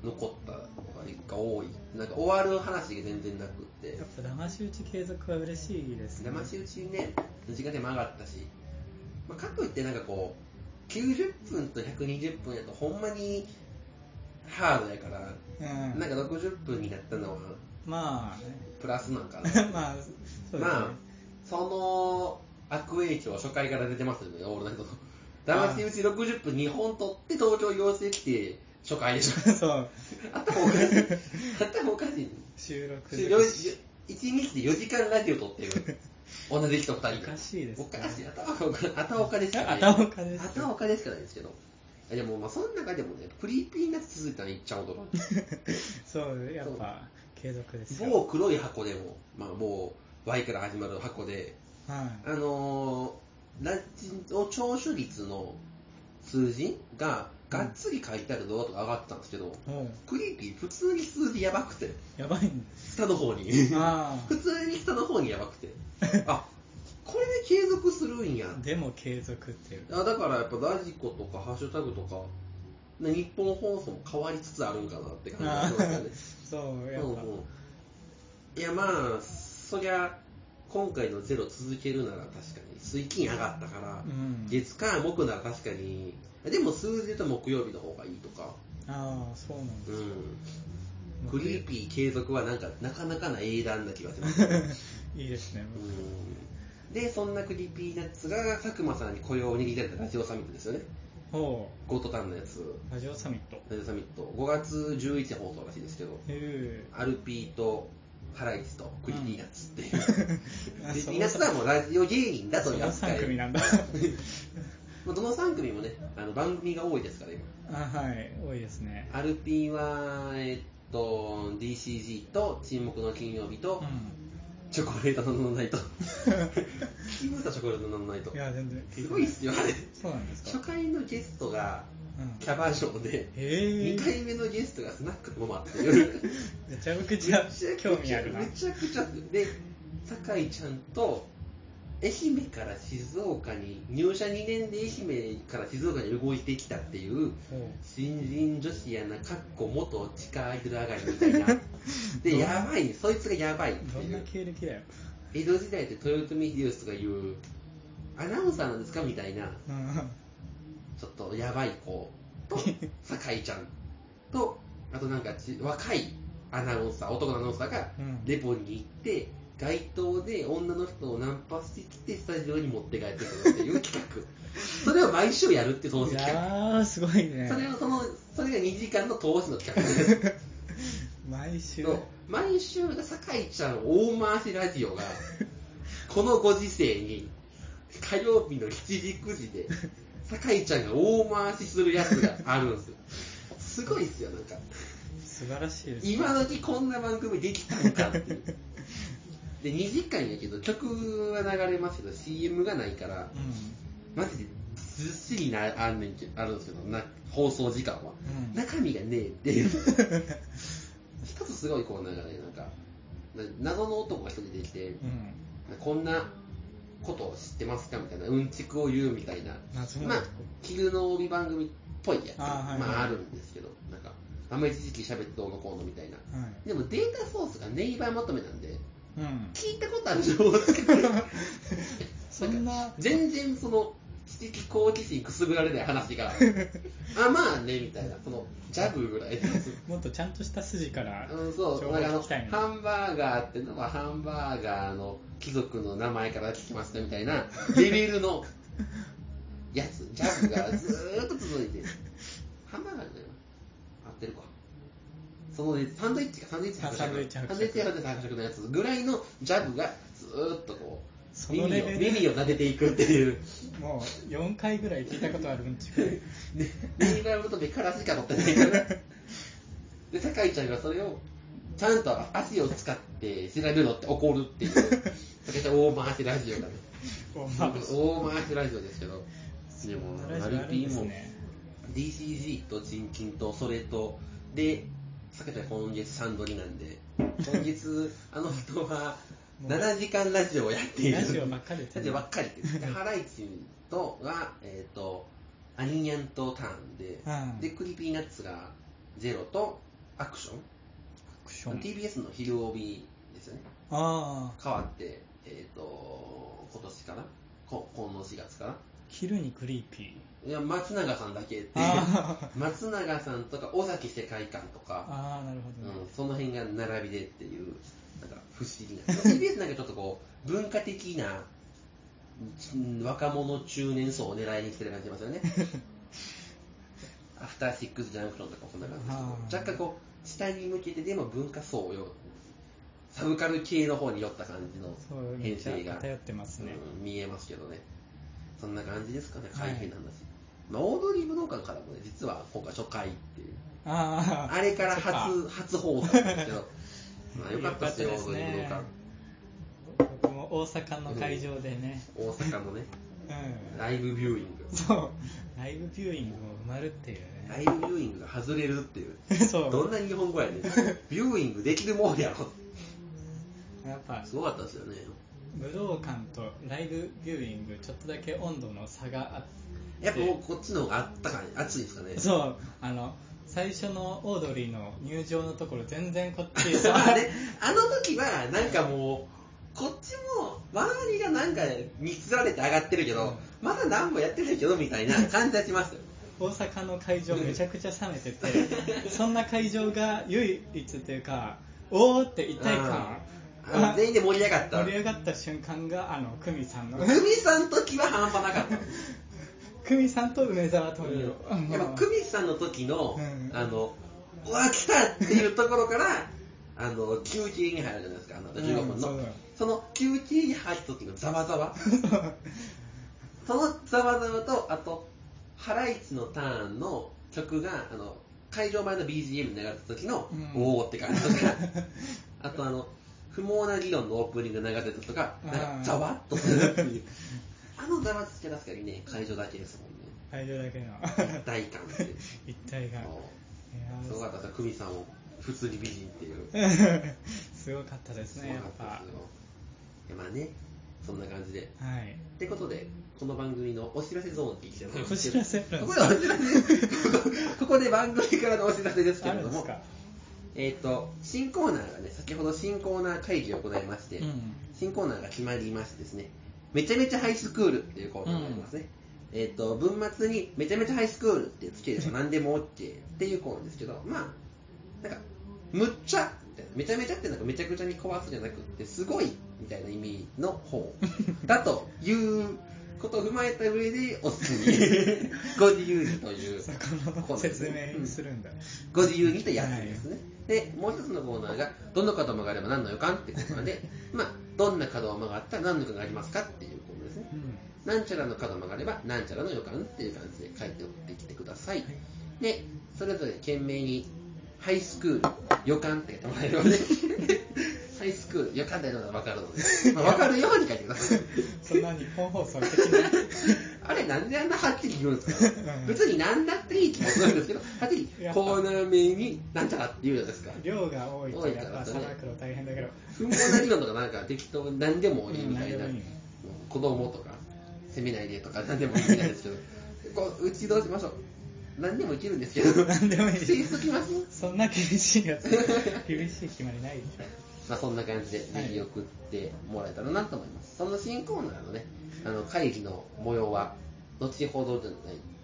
S1: 残った割が多いなんか終わる話が全然なくって
S2: やっぱ騙し討ち継続は嬉しいですね
S1: 騙し討ちね時間でも上がったし、まあ、かといってなんかこう90分と120分やとほんまにハードやから
S2: うん
S1: なんか60分になったのは
S2: まあね
S1: プラスなんかな
S2: まあそうですね、
S1: まあその悪影響初回から出てますよねオールナイトの騙し討ち60分2本取って東京行政来て初回でしょ。
S2: そう
S1: あったもおかしい。あったもおかしい。
S2: 収録
S1: 1日で4時間ラジオ撮ってる。同じ人2人
S2: おかしいです
S1: お
S2: ね
S1: かしい。あたおか、あたお かですから、
S2: あたおかです
S1: あたおかですからですけど。いやでも、まあ、その中でもね、プリーピーナッツ続いたら行っち ゃうとか。
S2: そうやっぱ継続ですよ
S1: 某黒い箱でも、まあ、某 Y から始まる箱で、
S2: はい
S1: あのー、ラジオ聴取率の数字ががっつり書いてある動画とか上がってたんですけど、
S2: もう
S1: クリーピー普通に数字やばくて、
S2: やばいんです
S1: 下の方 に。
S2: あ
S1: 普通に下の方にやばくて。あ、これで継続するんや。
S2: あでも継続っていう
S1: あだからやっぱラジコとかハッシュタグとか、ね日本放送も変わりつつあるんかなって感じが
S2: あ
S1: しましたね
S2: ー。 そうやっ
S1: うん
S2: ぱ
S1: うんいやまあそりゃ今回のゼロ続けるなら確かに水金上がったから、
S2: うん
S1: 月火木なら確かにでも数字で言うと木曜日の方がいいとか
S2: ああそうなん
S1: う
S2: です
S1: んクリーピー継続はなんかなかなかな英断な気がし ます、
S2: いいですね
S1: うんでそんなクリーピーナッツが佐久間さんに雇用を握り出たラジオサミットですよね
S2: ほ
S1: ゴートタンのやつ
S2: うラジオサミットへ
S1: ラジオサミット5月11日放送らしいですけど
S2: え
S1: アルピーとハライチとクリピーナッツって いう、
S2: うん
S1: クリピーナッツはもうラジオ芸人だと
S2: そ
S1: いう
S2: の
S1: 扱い
S2: 3組なんだ
S1: まあどの3組もねあの番組が多いですから今
S2: あはい多いですね
S1: アルピーはえっと DCG と沈黙の金曜日と、
S2: う
S1: チョコレートのノンナイト聞きましたチョコレートのノンナイト
S2: んいや全然
S1: すごいっすよあれ
S2: そうなんです
S1: 初
S2: か
S1: 回のゲストが
S2: うん
S1: キャバ嬢で
S2: へえ
S1: 2回目のゲストがスナックのママっていう
S2: めちゃくちゃ興味あるな
S1: めちゃくちゃで酒井ちゃんと愛媛から静岡に入社2年で愛媛から静岡に動いてきたっていう
S2: ほ
S1: 新人女子やなかっこ元地下アイドル上がりみたいな でやばいそいつがやばいっ
S2: う
S1: て
S2: どん
S1: い
S2: な
S1: う
S2: 経歴だよ
S1: 江戸時代で豊臣秀吉とかいうアナウンサーなんですかみたいな
S2: うん
S1: ちょっとやばい子と 酒井ちゃんとあとなんかち若いアナウンサー男のアナウンサーが
S2: うん
S1: レポに行って街頭で女の人をナンパしてきてスタジオに持って帰ってくるっていう企 画それを毎週やるってその
S2: い
S1: 企画
S2: やーすごいね
S1: それをそのそれが2時間の投資の企画なんです
S2: 毎
S1: け
S2: 週
S1: ど毎週が酒井ちゃん大回しラジオがこのご時世に火曜日の7時9時で酒井ちゃんが大回しするやつがあるんですよすごいっすよなんか
S2: 素晴らしいですね
S1: 今時こんな番組できたのかっていうで2時間やけど曲は流れますけど CM がないから
S2: う
S1: マジでずっしりなあんねんけあるんですけどな放送時間は、
S2: うん
S1: 中身がねえっていう一つすごいコーナーがねなんかな謎の男が一人できて
S2: んうん
S1: こんなことを知ってますかみたいなうんちくを言うみたいな
S2: 謎の
S1: まあ昼の帯番組っぽいやつ
S2: あーはいはい
S1: まあ、あるんですけどなんかあんまり一時期喋ってどうのこうのみたいな
S2: はい
S1: でもデータソースがネイバーまとめなんで
S2: うん
S1: 聞いたことある情報だけど
S2: そんな
S1: 全然その知的好奇心くすぐられない話 があまあねみたいなそのジャブぐらいです
S2: もっとちゃんとした筋から
S1: うん、
S2: 情
S1: そう、
S2: 報
S1: なんかあ
S2: 聞
S1: の、
S2: きたい
S1: ハ
S2: な
S1: ンバーガーってのは、ハンバーガーの貴族の名前から聞きましたみたい な、レベルのやつ、ジャブがずーっと続いて、ハンバーガーじゃないわ。合ってるか。そのね、サンドイッチか、サンドイッチ
S2: あサンドイッチ
S1: サン
S2: 伯爵
S1: ドイッチ伯爵伯爵のやつぐらいのジャブがずーっとこう、
S2: その
S1: 耳
S2: レ
S1: を、
S2: ベル
S1: 耳を撫でていくっていう。
S2: もう4回ぐらい聞いたことあるうんちく
S1: ね、ミニバルと目からしか乗ってないから。で、酒井ちゃんがそれを、ちゃんと足を使って調べろって怒るっていう、酒井ちゃん大回しラジオだね。
S2: をまあ
S1: 大回しラジオですけど、でも、
S2: ラジオあるんですね
S1: DCG と人金とそれと、で、酒井ちゃん今月サンドリなんで、今月、あの人は、7時間ラジオをやっている。
S2: ラジオばっかりです
S1: だ
S2: ね
S1: ってばっかりです。ハライチとが、えっ、と、アニニャンとターンで、
S2: うん
S1: で、クリーピーナッツがゼロとアクション。
S2: アクション
S1: TBS の昼帯ですよね。
S2: ああ
S1: 変わって、えっ、と、今年かなこ今の4月かな
S2: 昼にクリーピー
S1: いや、松永さんだけっていう
S2: あー
S1: 松永さんとか、尾崎世界観とか、
S2: ああなるほ
S1: う
S2: どね
S1: ん、その辺が並びでっていう、なんか不思議な。TBS なんかちょっとこう、文化的な、 うん若者中年層を狙いに来てる感じしますよね。アフターシックスジャンクションとかもそんな感じです
S2: は
S1: けど若
S2: あ
S1: 干こう下に向けてでも文化層をサブカル系の方に寄った感じの
S2: そうめっ
S1: 編
S2: ちゃ
S1: 成が
S2: 偏ってますね
S1: うん見えますけどねそんな感じですかね
S2: はい
S1: 改編の話、まあ、オードリー・武道館からもね実は今回初回っていう
S2: ああ
S1: あれから
S2: そっ
S1: 初初放送なんです けどまあよかったですよ
S2: よ
S1: オードリー武道館
S2: 僕も大阪の会場でね、
S1: 大阪のね
S2: うん
S1: ライブビューイング
S2: そうライブビューイングも埋まるっていうね
S1: ライブビューイングが外れるっていう
S2: そう
S1: どんな日本語やねんビューイングできるもんやろ
S2: やっぱ
S1: すごかったですよね
S2: 武道館とライブビューイングちょっとだけ温度の差があっ
S1: やっぱもうこっちの方があったかい暑いですかね
S2: てそうあの最初のオードリーの入場のところ全然こっ ち
S1: あれあの時はなんかもうこっちも周りがなんか見つられて上がってるけどまだ何もやってないけどみたいな感じがしました よ
S2: 大阪の会場めちゃくちゃ冷め ててそんな会場が唯一というかおーって一体感
S1: あの全員で盛り上がった
S2: 盛り上がった瞬間があの久美さんの
S1: 久美さんの時は半端なかったや
S2: 久美さんと梅沢富美男
S1: っぱ久美さんの時の
S2: うん
S1: あのうわ来たっていうところから あの休憩に入るじゃないですかあの15分
S2: うん
S1: の
S2: そうだ
S1: その休憩に入った時のざわざわ
S2: そう
S1: そのざわざわと、あと、ハライチのターンの曲が、あの、会場前の BGM に流れた時の、
S2: うん
S1: おーって感じとか、 あとあの、不毛な議論のオープニング流れたとか、なん
S2: あ
S1: か
S2: ー
S1: ざわっとするっていう。あのざわつけ確かにね、会場だけですも
S2: 会場だけの
S1: んね。一体感 っていう。
S2: 一体がいや
S1: そうすごかったですよ、久美さんを普通に美人っていう。
S2: ーすごかったですねやっ
S1: すごか
S2: ぱ
S1: たですよいやまあね、そんな感じで。
S2: はい
S1: ってことで、この番組のお知らせゾーンって言っちゃいます
S2: お知らせ
S1: ここでお知らせここここで番組 からのお知らせですけ
S2: あ
S1: れ
S2: る
S1: ど
S2: んです
S1: も
S2: か、
S1: えっ、と、新コーナーがね、先ほど新コーナー会議を行いまして、
S2: うん
S1: 新コーナーが決まりましてですね、めちゃめちゃハイスクールっていうコーナーがありますね。えっ、と、文末にめちゃめちゃハイスクールってつければ何でも OK っていうコーナーですけど、まあ、なんか、むっちゃみたいな、めちゃめちゃってなんかめちゃくちゃに壊すじゃなくって、すごいみたいな意味の方だということを踏まえた上で、おすすめ、ご自由にという。
S2: そこの説明するんだ、
S1: ご自由にとやつですね。で、もう一つのコーナーが、どの角を曲がれば何の予感っていうコーナー で、まあ、どんな角を曲がったら何の予感がありますかっていうコーナーですね。
S2: うん
S1: なんちゃらの角を曲がれば、なんちゃらの予感っていう感じで書いて送ってきてください。で、それぞれ懸命に、ハイスクール、予感って書いてもらえれば ね。ハイスクール、予感ってのが分かるので、まあ、分かるように書いてくだ さい。
S2: そんな日本放送的な
S1: あれ、なんであんなはっきり言うんですか
S2: うん
S1: 別になんだっていい気もするんですけど、はっきりコーナー名になんちゃらって言うじゃないですか。
S2: 量が多いとやっぱさばくの大変だけど
S1: 不毛な理論とかなんか適当に何でもいいみたいな、
S2: うん何でもいいよ
S1: 子供とか責めないでとか何でもいいみたいですけどこううちどうしましょう何でもいけるんですけど
S2: 何でもいい
S1: していっときます
S2: そんな厳しいやつ厳しい決まりないでし
S1: まあそんな感じでぜひ送ってもらえたらなと思います、そんな新コーナーのねあの会議の模様は後ほどじゃない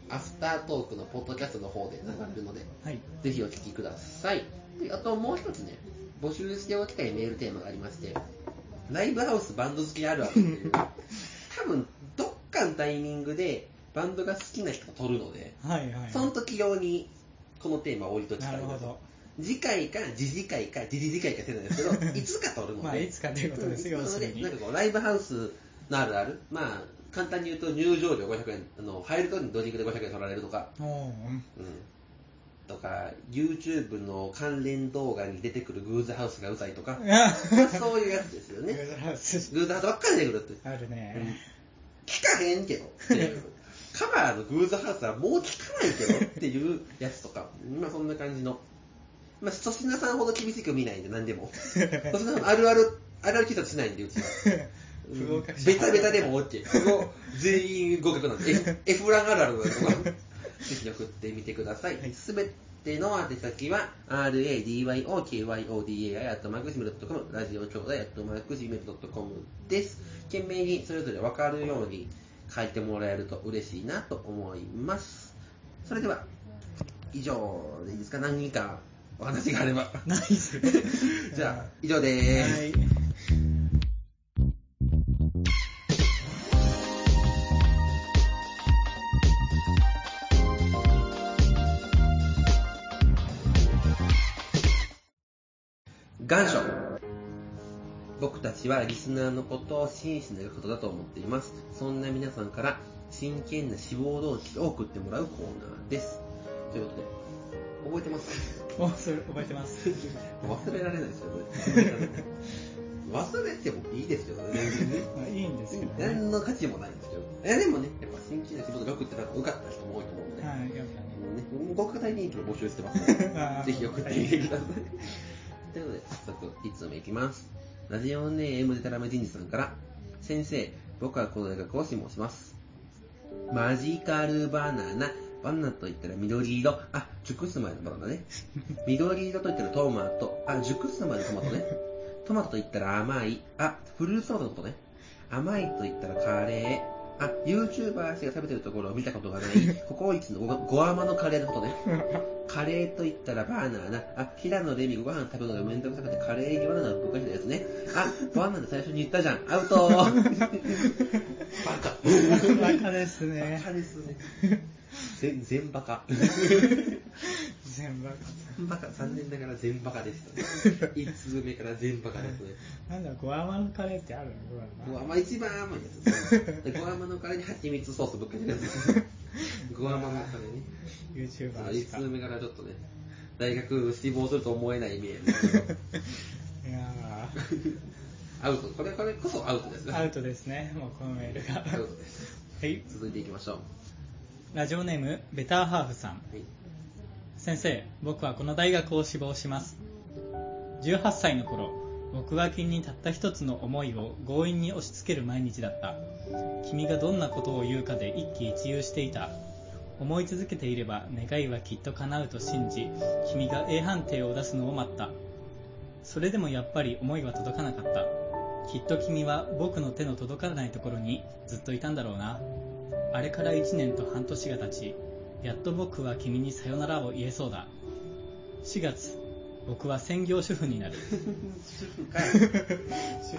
S1: アフタートークのポッドキャストの方で流れるので
S2: ょはい
S1: ぜひお聞きください。であともう一つね、募集しておきたいメールテーマがありまして、ライブハウスバンド好きあるあるって いう、多分どっかのタイミングでバンドが好きな人が撮るので、
S2: はいはい
S1: その時用にこのテーマを置いときた
S2: ないる
S1: なと
S2: ほど
S1: 次回か、次次回か、次次回かしてないです けど、いつか撮るので。
S2: まあいつかということですよ
S1: ん
S2: 要する
S1: な
S2: に
S1: のでなんかこう、ライブハウスのあるある、まあ、簡単に言うと入場料500円、あの入るときにドリンクで500円取られるとか、
S2: おおー
S1: うんとか、YouTube の関連動画に出てくるグーズハウスがうざいとか、そういうやつですよ
S2: グ
S1: ね。
S2: ーズハウス
S1: グーズハウスばっかり出てくるって。
S2: あるね、
S1: 聞かへんけどっていう。カバーのグーズハウスはもう聞かないけどっていうやつとか、まあそんな感じの。まあ、粗品さんほど厳しく見ないんで、何でも。粗品さんもあるある、あるある検査しないんで、うちは。
S2: 不合格者
S1: ベタベタでも OK。そこ、全員合格なんで、F- F ランあるあるなんで、 そこはぜひ送ってみてください
S2: はい。
S1: すべ、ての宛先は、radyokyodai.maximil.com、ラジオ兄弟 .maximil.com です。懸命にそれぞれわかるように書いてもらえると嬉しいなと思います。それでは、以上でいいですか何人かお話があれば。
S2: ないですね
S1: じゃあ、以上です。
S2: はい
S1: 僕たちはリスナーのことを真摯なことだと思っています。そんな皆さんから真剣な志望動機を送ってもらうコーナーです。ということで、覚えてます
S2: おそれ覚えてます。
S1: 忘れられないですよね。 忘れてもいいですよね。
S2: まあいいんですけどね。
S1: 何の価値もないんですけど。いやでもね、やっぱ新規な仕事が送ってなんか受かった人も多いと思うんで、
S2: はい、や
S1: ね、
S2: っ
S1: 合格大人気も募集してますから、
S2: ぱね。
S1: ぜひ送ってみてください。ということで、早速、1通目いきます。ラジオネームでたらめ人事さんから、先生、僕はこの大学を志望します。マジカルバナナ。バナナと言ったら緑色。あ、熟す前のバナナね。緑色と言ったらトマト。あ、熟す前のトマト ね。トマトと言ったら甘い。あ、フルーツトマトのことね。甘いと言ったらカレー。あ、YouTuber たちが食べてるところを見たこと がない。ココイチのごご甘のカレーのことね。カレーと言ったらバーナーな。あ、平野レミご飯食べるのがめんどくさくてカレーにバナナをぶっかけたやつね。あ、バナナ最初に言ったじゃん。アウ トバカ。
S2: バカですね。
S1: です ね。全全バカ。
S2: 全部バ
S1: バカ、残念ながら全バカでしたね。1通 目から全バカですね。
S2: カ。なんだろう、ゴアマのカレーってあるのゴ
S1: ゴ
S2: アマ。
S1: アマ一番甘いやつですね。でゴアマのカレーに蜂蜜ソースぶっかけたやつですね。 ゴアマのカレーね。
S2: YouTuber し
S1: 1
S2: か。
S1: 通目からちょっとね、大学志望すると思えないイメージですけど。
S2: いや
S1: アウト。これ、これこそアウトですね。
S2: ーアウトですね、もうこのメールが。
S1: アウトです。
S2: はい。
S1: 続いていきましょう。
S2: ラジオネーム、ベターハーフさん。
S1: はい。
S2: 先生僕はこの大学を志望します18歳の頃僕は君にたった一つの思いを強引に押し付ける毎日だった君がどんなことを言うかで一喜一憂していた思い続けていれば願いはきっと叶うと信じ君が A 判定を出すのを待ったそれでもやっぱり思いは届かなかったきっと君は僕の手の届かないところにずっといたんだろうなあれから1年と半年が経ちやっと僕は君にさよならを言えそうだ4月僕は専業主婦になる
S1: 主婦かい。
S2: 主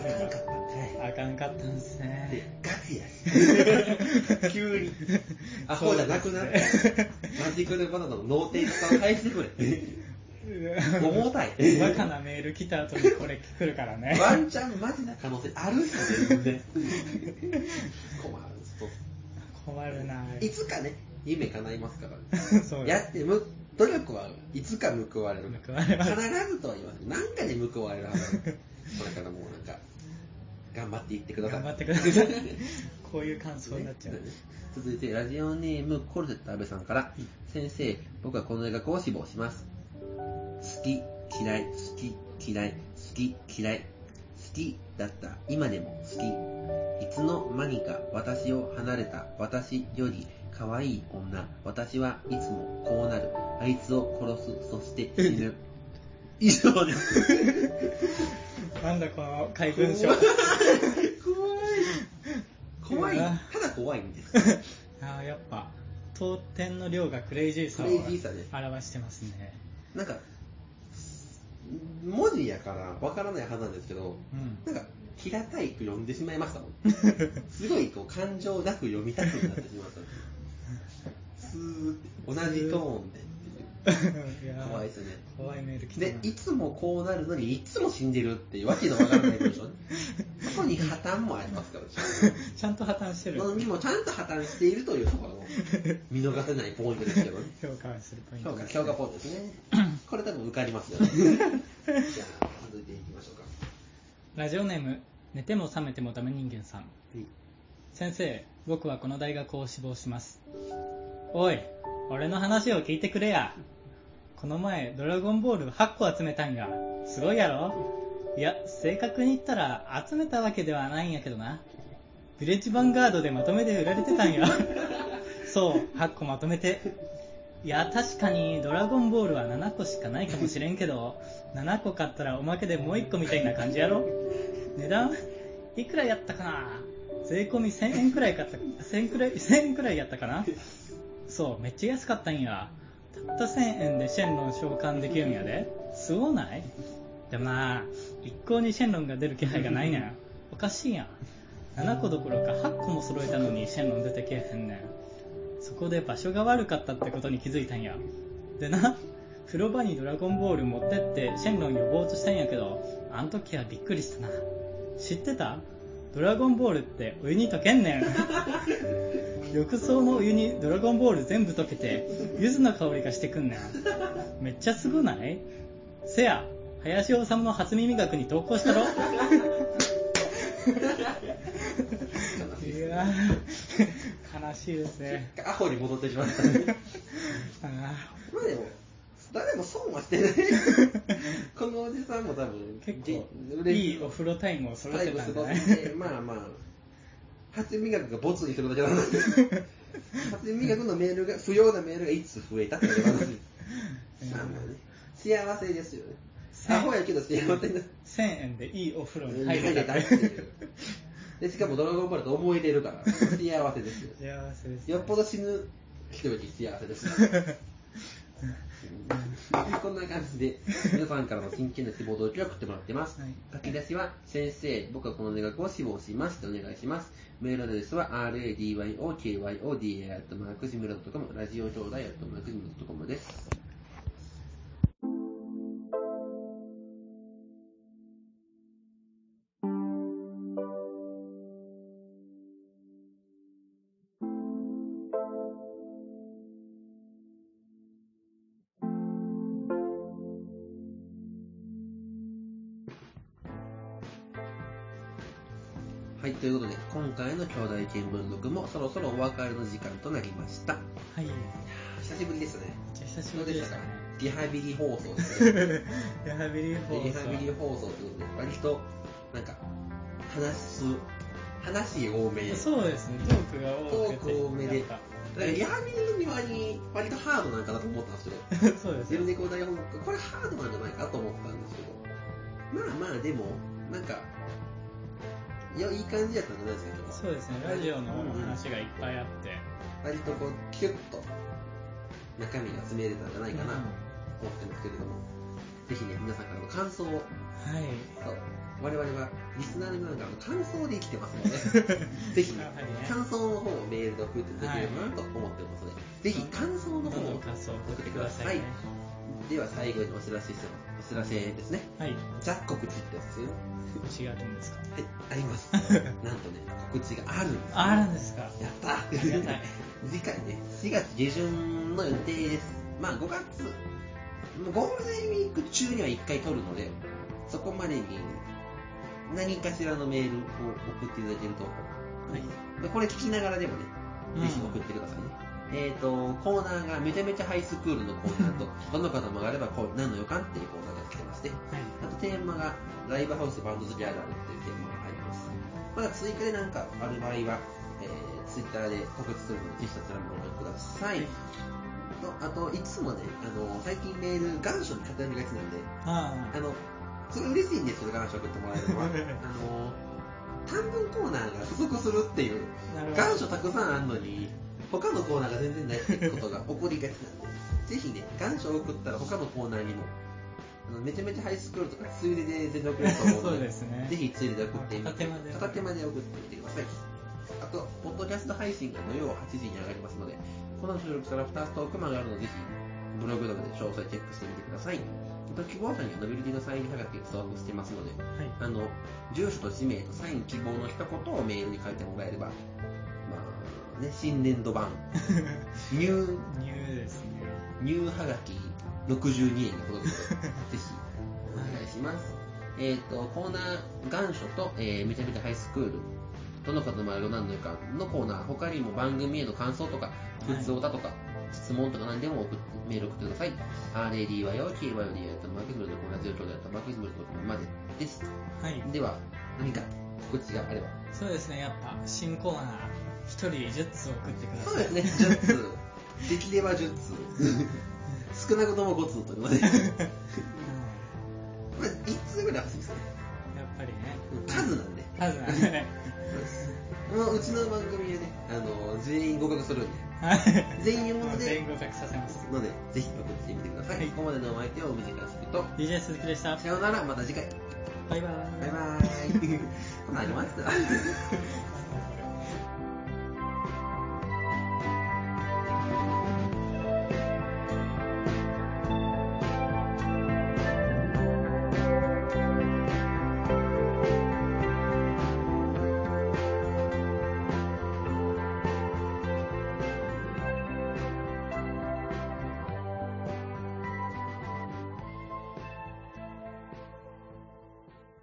S1: あかんかったんかい。
S2: あかんかったんです
S1: で
S2: ね、
S1: ガチやし。 急に。アホじゃなくなって。 マジックルバナナの脳天さを返してくれ。重たい。
S2: バカなメール来た後にこれ来るからね
S1: ワンチャンマジな可能性あるっすよ ね。困る。
S2: 困るない
S1: つかね、夢叶いますからね。
S2: そうで
S1: や
S2: す
S1: ってむ、努力はいつか報われる。
S2: 報われます
S1: 必ずとは言わない。なんかで報われるは ず。これからもうなんか、頑張っていってください。
S2: 頑張ってくださいこういう感想になっちゃう
S1: 続いて、ラジオネーム、コルセット安部さんから、先生、僕はこの大学を志望します。好き、嫌い、好き、嫌い、好き、嫌い、好きだった、今でも好き。いつの間にか私を離れた私より可愛い女、私はいつもこうなる、あいつを殺す、そして死ぬ。以上です。
S2: なんだこの怪文 書
S1: 怖い。怖い。
S2: うわ
S1: ただ怖いんです。
S2: あーやっぱ当店の量がクレイジーさを
S1: クレイジーさです
S2: 表してますね
S1: なんか、文字やからわからないはずなんですけど、
S2: うん
S1: なんか、平たいく読んでしまいましたもん。すごいこう感情なく読みたくなってしまった。スーって同じトーンで。
S2: いやー
S1: 怖いですね。
S2: 怖いメール来て
S1: で、いつもこうなるのに、いつも死んでるっていうわけのわからない文章ね。ここに破綻もありますから、
S2: ちゃんと破綻してる
S1: でもちゃんと破綻しているというところも見逃せないポイントですけどね。
S2: 評価するポイン
S1: 評
S2: ト
S1: 価、
S2: です
S1: 評価ポイントです ね。これ多分受かりますよね。じゃあ、続いていきましょうか。
S2: ラジオネーム寝ても覚めてもダメ人間さん先生僕はこの大学を志望しますおい俺の話を聞いてくれやこの前ドラゴンボール8個集めたんやすごいやろいや正確に言ったら集めたわけではないんやけどなヴィレッジヴァンガードでまとめて売られてたんやそう8個まとめていや確かにドラゴンボールは7個しかないかもしれんけど7個買ったらおまけでもう1個みたいな感じやろ値段いくらやったかな税込み1000円くらい買った1000円くらい1000円くらいやったかなそうめっちゃ安かったんやたった1000円でシェンロン召喚できるんやですごないでもな一向にシェンロンが出る気配がないねんおかしいやん7個どころか8個も揃えたのにシェンロン出てけえへんねんそこで場所が悪かったってことに気づいたんやでな風呂場にドラゴンボール持ってってシェンロン呼ぼうとしたんやけどあん時はびっくりしたな知ってたドラゴンボールってお湯に溶けんねん 浴槽のお湯にドラゴンボール全部溶けて柚子の香りがしてくんねんめっちゃすごないせや林修の初耳学に投稿したろいやー悲しいですね
S1: アホに戻ってしまったね
S2: あ
S1: まあでも誰も損はしてないこのおじさんも多分
S2: ー結
S1: じ
S2: 構いいお風呂タイムを
S1: 最
S2: 揃え
S1: 後
S2: てた
S1: す
S2: ん
S1: ご
S2: だ
S1: く
S2: ね
S1: てまあまあ初磨くがボツにするだけなので初磨くのメールが不要なメールがいつ増えたっていう 話まあまあね幸せですよね
S2: せ
S1: アホやけど幸せな
S2: 1000円でいいお風呂に入
S1: 入
S2: れ
S1: れ
S2: た
S1: た
S2: って
S1: って いうでしかもドラゴンボールと思い入れるから幸せですよ
S2: 幸せですね
S1: よっぽど死ぬ人より幸せですよこんな感じで皆さんからの真剣な志望動機を送ってもらってます、
S2: はい
S1: 書き出しは先生僕はこの大学を志望しますとお願いしますメールアドレスは radyokyodai.com ラジオ兄弟 .com ですはいということで今回の兄弟見聞録もそろそろお別れの時間となりました
S2: はいめっ
S1: 久しぶりですね
S2: ちゃ久し
S1: ど
S2: ぶ
S1: うで
S2: りで
S1: し
S2: したた
S1: か
S2: ね
S1: リハビリ放送です ね
S2: リハビリ放
S1: リハビリ
S2: 送
S1: 放送ってことで、割と、なんか、話す、話多め。
S2: そうですねトークが多くて
S1: トーク多めで
S2: なんか
S1: だからリハビリの庭に、割とハードなんかなと思ったんですけど、
S2: そうです
S1: ゼロ
S2: ね
S1: ネコ台本、これハードなんじゃないかと思ったんですけど、まあまあ、でも、なんか、いや、いい感じやったんじゃないですか、今日
S2: そ
S1: は
S2: うですねラジオの話がいっぱいあって
S1: 割とこう、キュッと、中身が詰めれたんじゃないかなと思ってますけれども、ぜひね、皆さんからの感想を、
S2: はい
S1: そう我々はリスナーの皆さんからの感想で生きてますので、 ぜひ、
S2: やはりね
S1: 感想の方をメールで送っていただければなと思ってますので、ぜひ感想の
S2: ど
S1: 方
S2: んどん
S1: を
S2: 感想を送ってくださいね
S1: では最後にお知らせしお知らせですね。
S2: はい
S1: ザ・告知ってやつですよね。
S2: 星があるんですか
S1: はい、あり ます。なんとね、告知があるんです。
S2: ある んですか
S1: やった
S2: ありがたい
S1: 次回ね、4月下旬の予定です。まあ5月、ゴールデンウィーク中には1回撮るので、そこまでに何かしらのメールを送っていただけると、
S2: い
S1: まあこれ聞きながらでもね、
S2: うん
S1: ぜひ送ってくださいね。えっ、と、コーナーがめちゃめちゃハイスクールのコーナー と、どの方もがあればこう何の予感っていうコーナーが来てまして、
S2: はい
S1: あとテーマがライブハウスバンド好きあるあるっていうテーマがあります。まだ追加でなんかある場合は、えー、ツイッターで告知するので、ぜひそちらもご覧ください。とあと、いつもね、あの、最近メール、願書に偏りがちなんで、
S2: あ
S1: あの、すごい嬉しいんですよ、願書送ってもらえるのは。あの、短文コーナーが不足するっていう、
S2: あなるほど
S1: 願書たくさんあるのに、他のコーナーが全然ないってことが起こりがちなんで、ぜひね、願書を送ったら他のコーナーにも、あのめちゃめちゃハイスクールとか、ついでで全然送れると思うの
S2: そうですね
S1: ぜひついでで送ってみて、
S2: 片手間で
S1: 片手間で送ってみてください。あと、ポッドキャスト配信が土曜8時に上がりますので、この収録から2つトークも上がるので、ぜひブログなどで詳細チェックしてみてください。また希望者にはノビリティのサインはがきを送付してますので、
S2: はい
S1: あの、住所と氏名とサイン希望の一言をメールに書いてもらえれば、まあね、新年度版、 ニュー、
S2: ニューですね。
S1: ニューはがき62円が届くので、ぜひお願いします。えっ、と、コーナー、願書と、えーめちゃめちゃハイスクール、どの方の丸の何の予感のコーナー、他にも番組への感想とか、
S2: い
S1: 普通歌とか、質問とか何でも送っメール送ってください。radyokyodai.makismul.com、ラジオ兄弟 .makismul.com までです。
S2: はい。
S1: では、何か告知があれば。
S2: そうですね、やっぱ、新コーナー、一人10通送ってくだ
S1: そう
S2: さい。
S1: です ね、10通。できれば10通。少なくとも5通ということで。
S2: うん
S1: まあ、1通ぐらいは欲しいですね。
S2: やっぱりね、
S1: 数なんで。
S2: カズなんでね。
S1: もううちの番組はね、あの、全員合格するんで。
S2: はい
S1: 全員
S2: も
S1: も
S2: う全
S1: ね
S2: 員、合格させます。
S1: ので、ぜひ送ってみてください。
S2: はい
S1: ここまでのお相手を短くすると、
S2: DJ 鈴木でした。
S1: さようなら、また次回。
S2: バイバーイ。
S1: バイバーイ。こんなに終わりますな。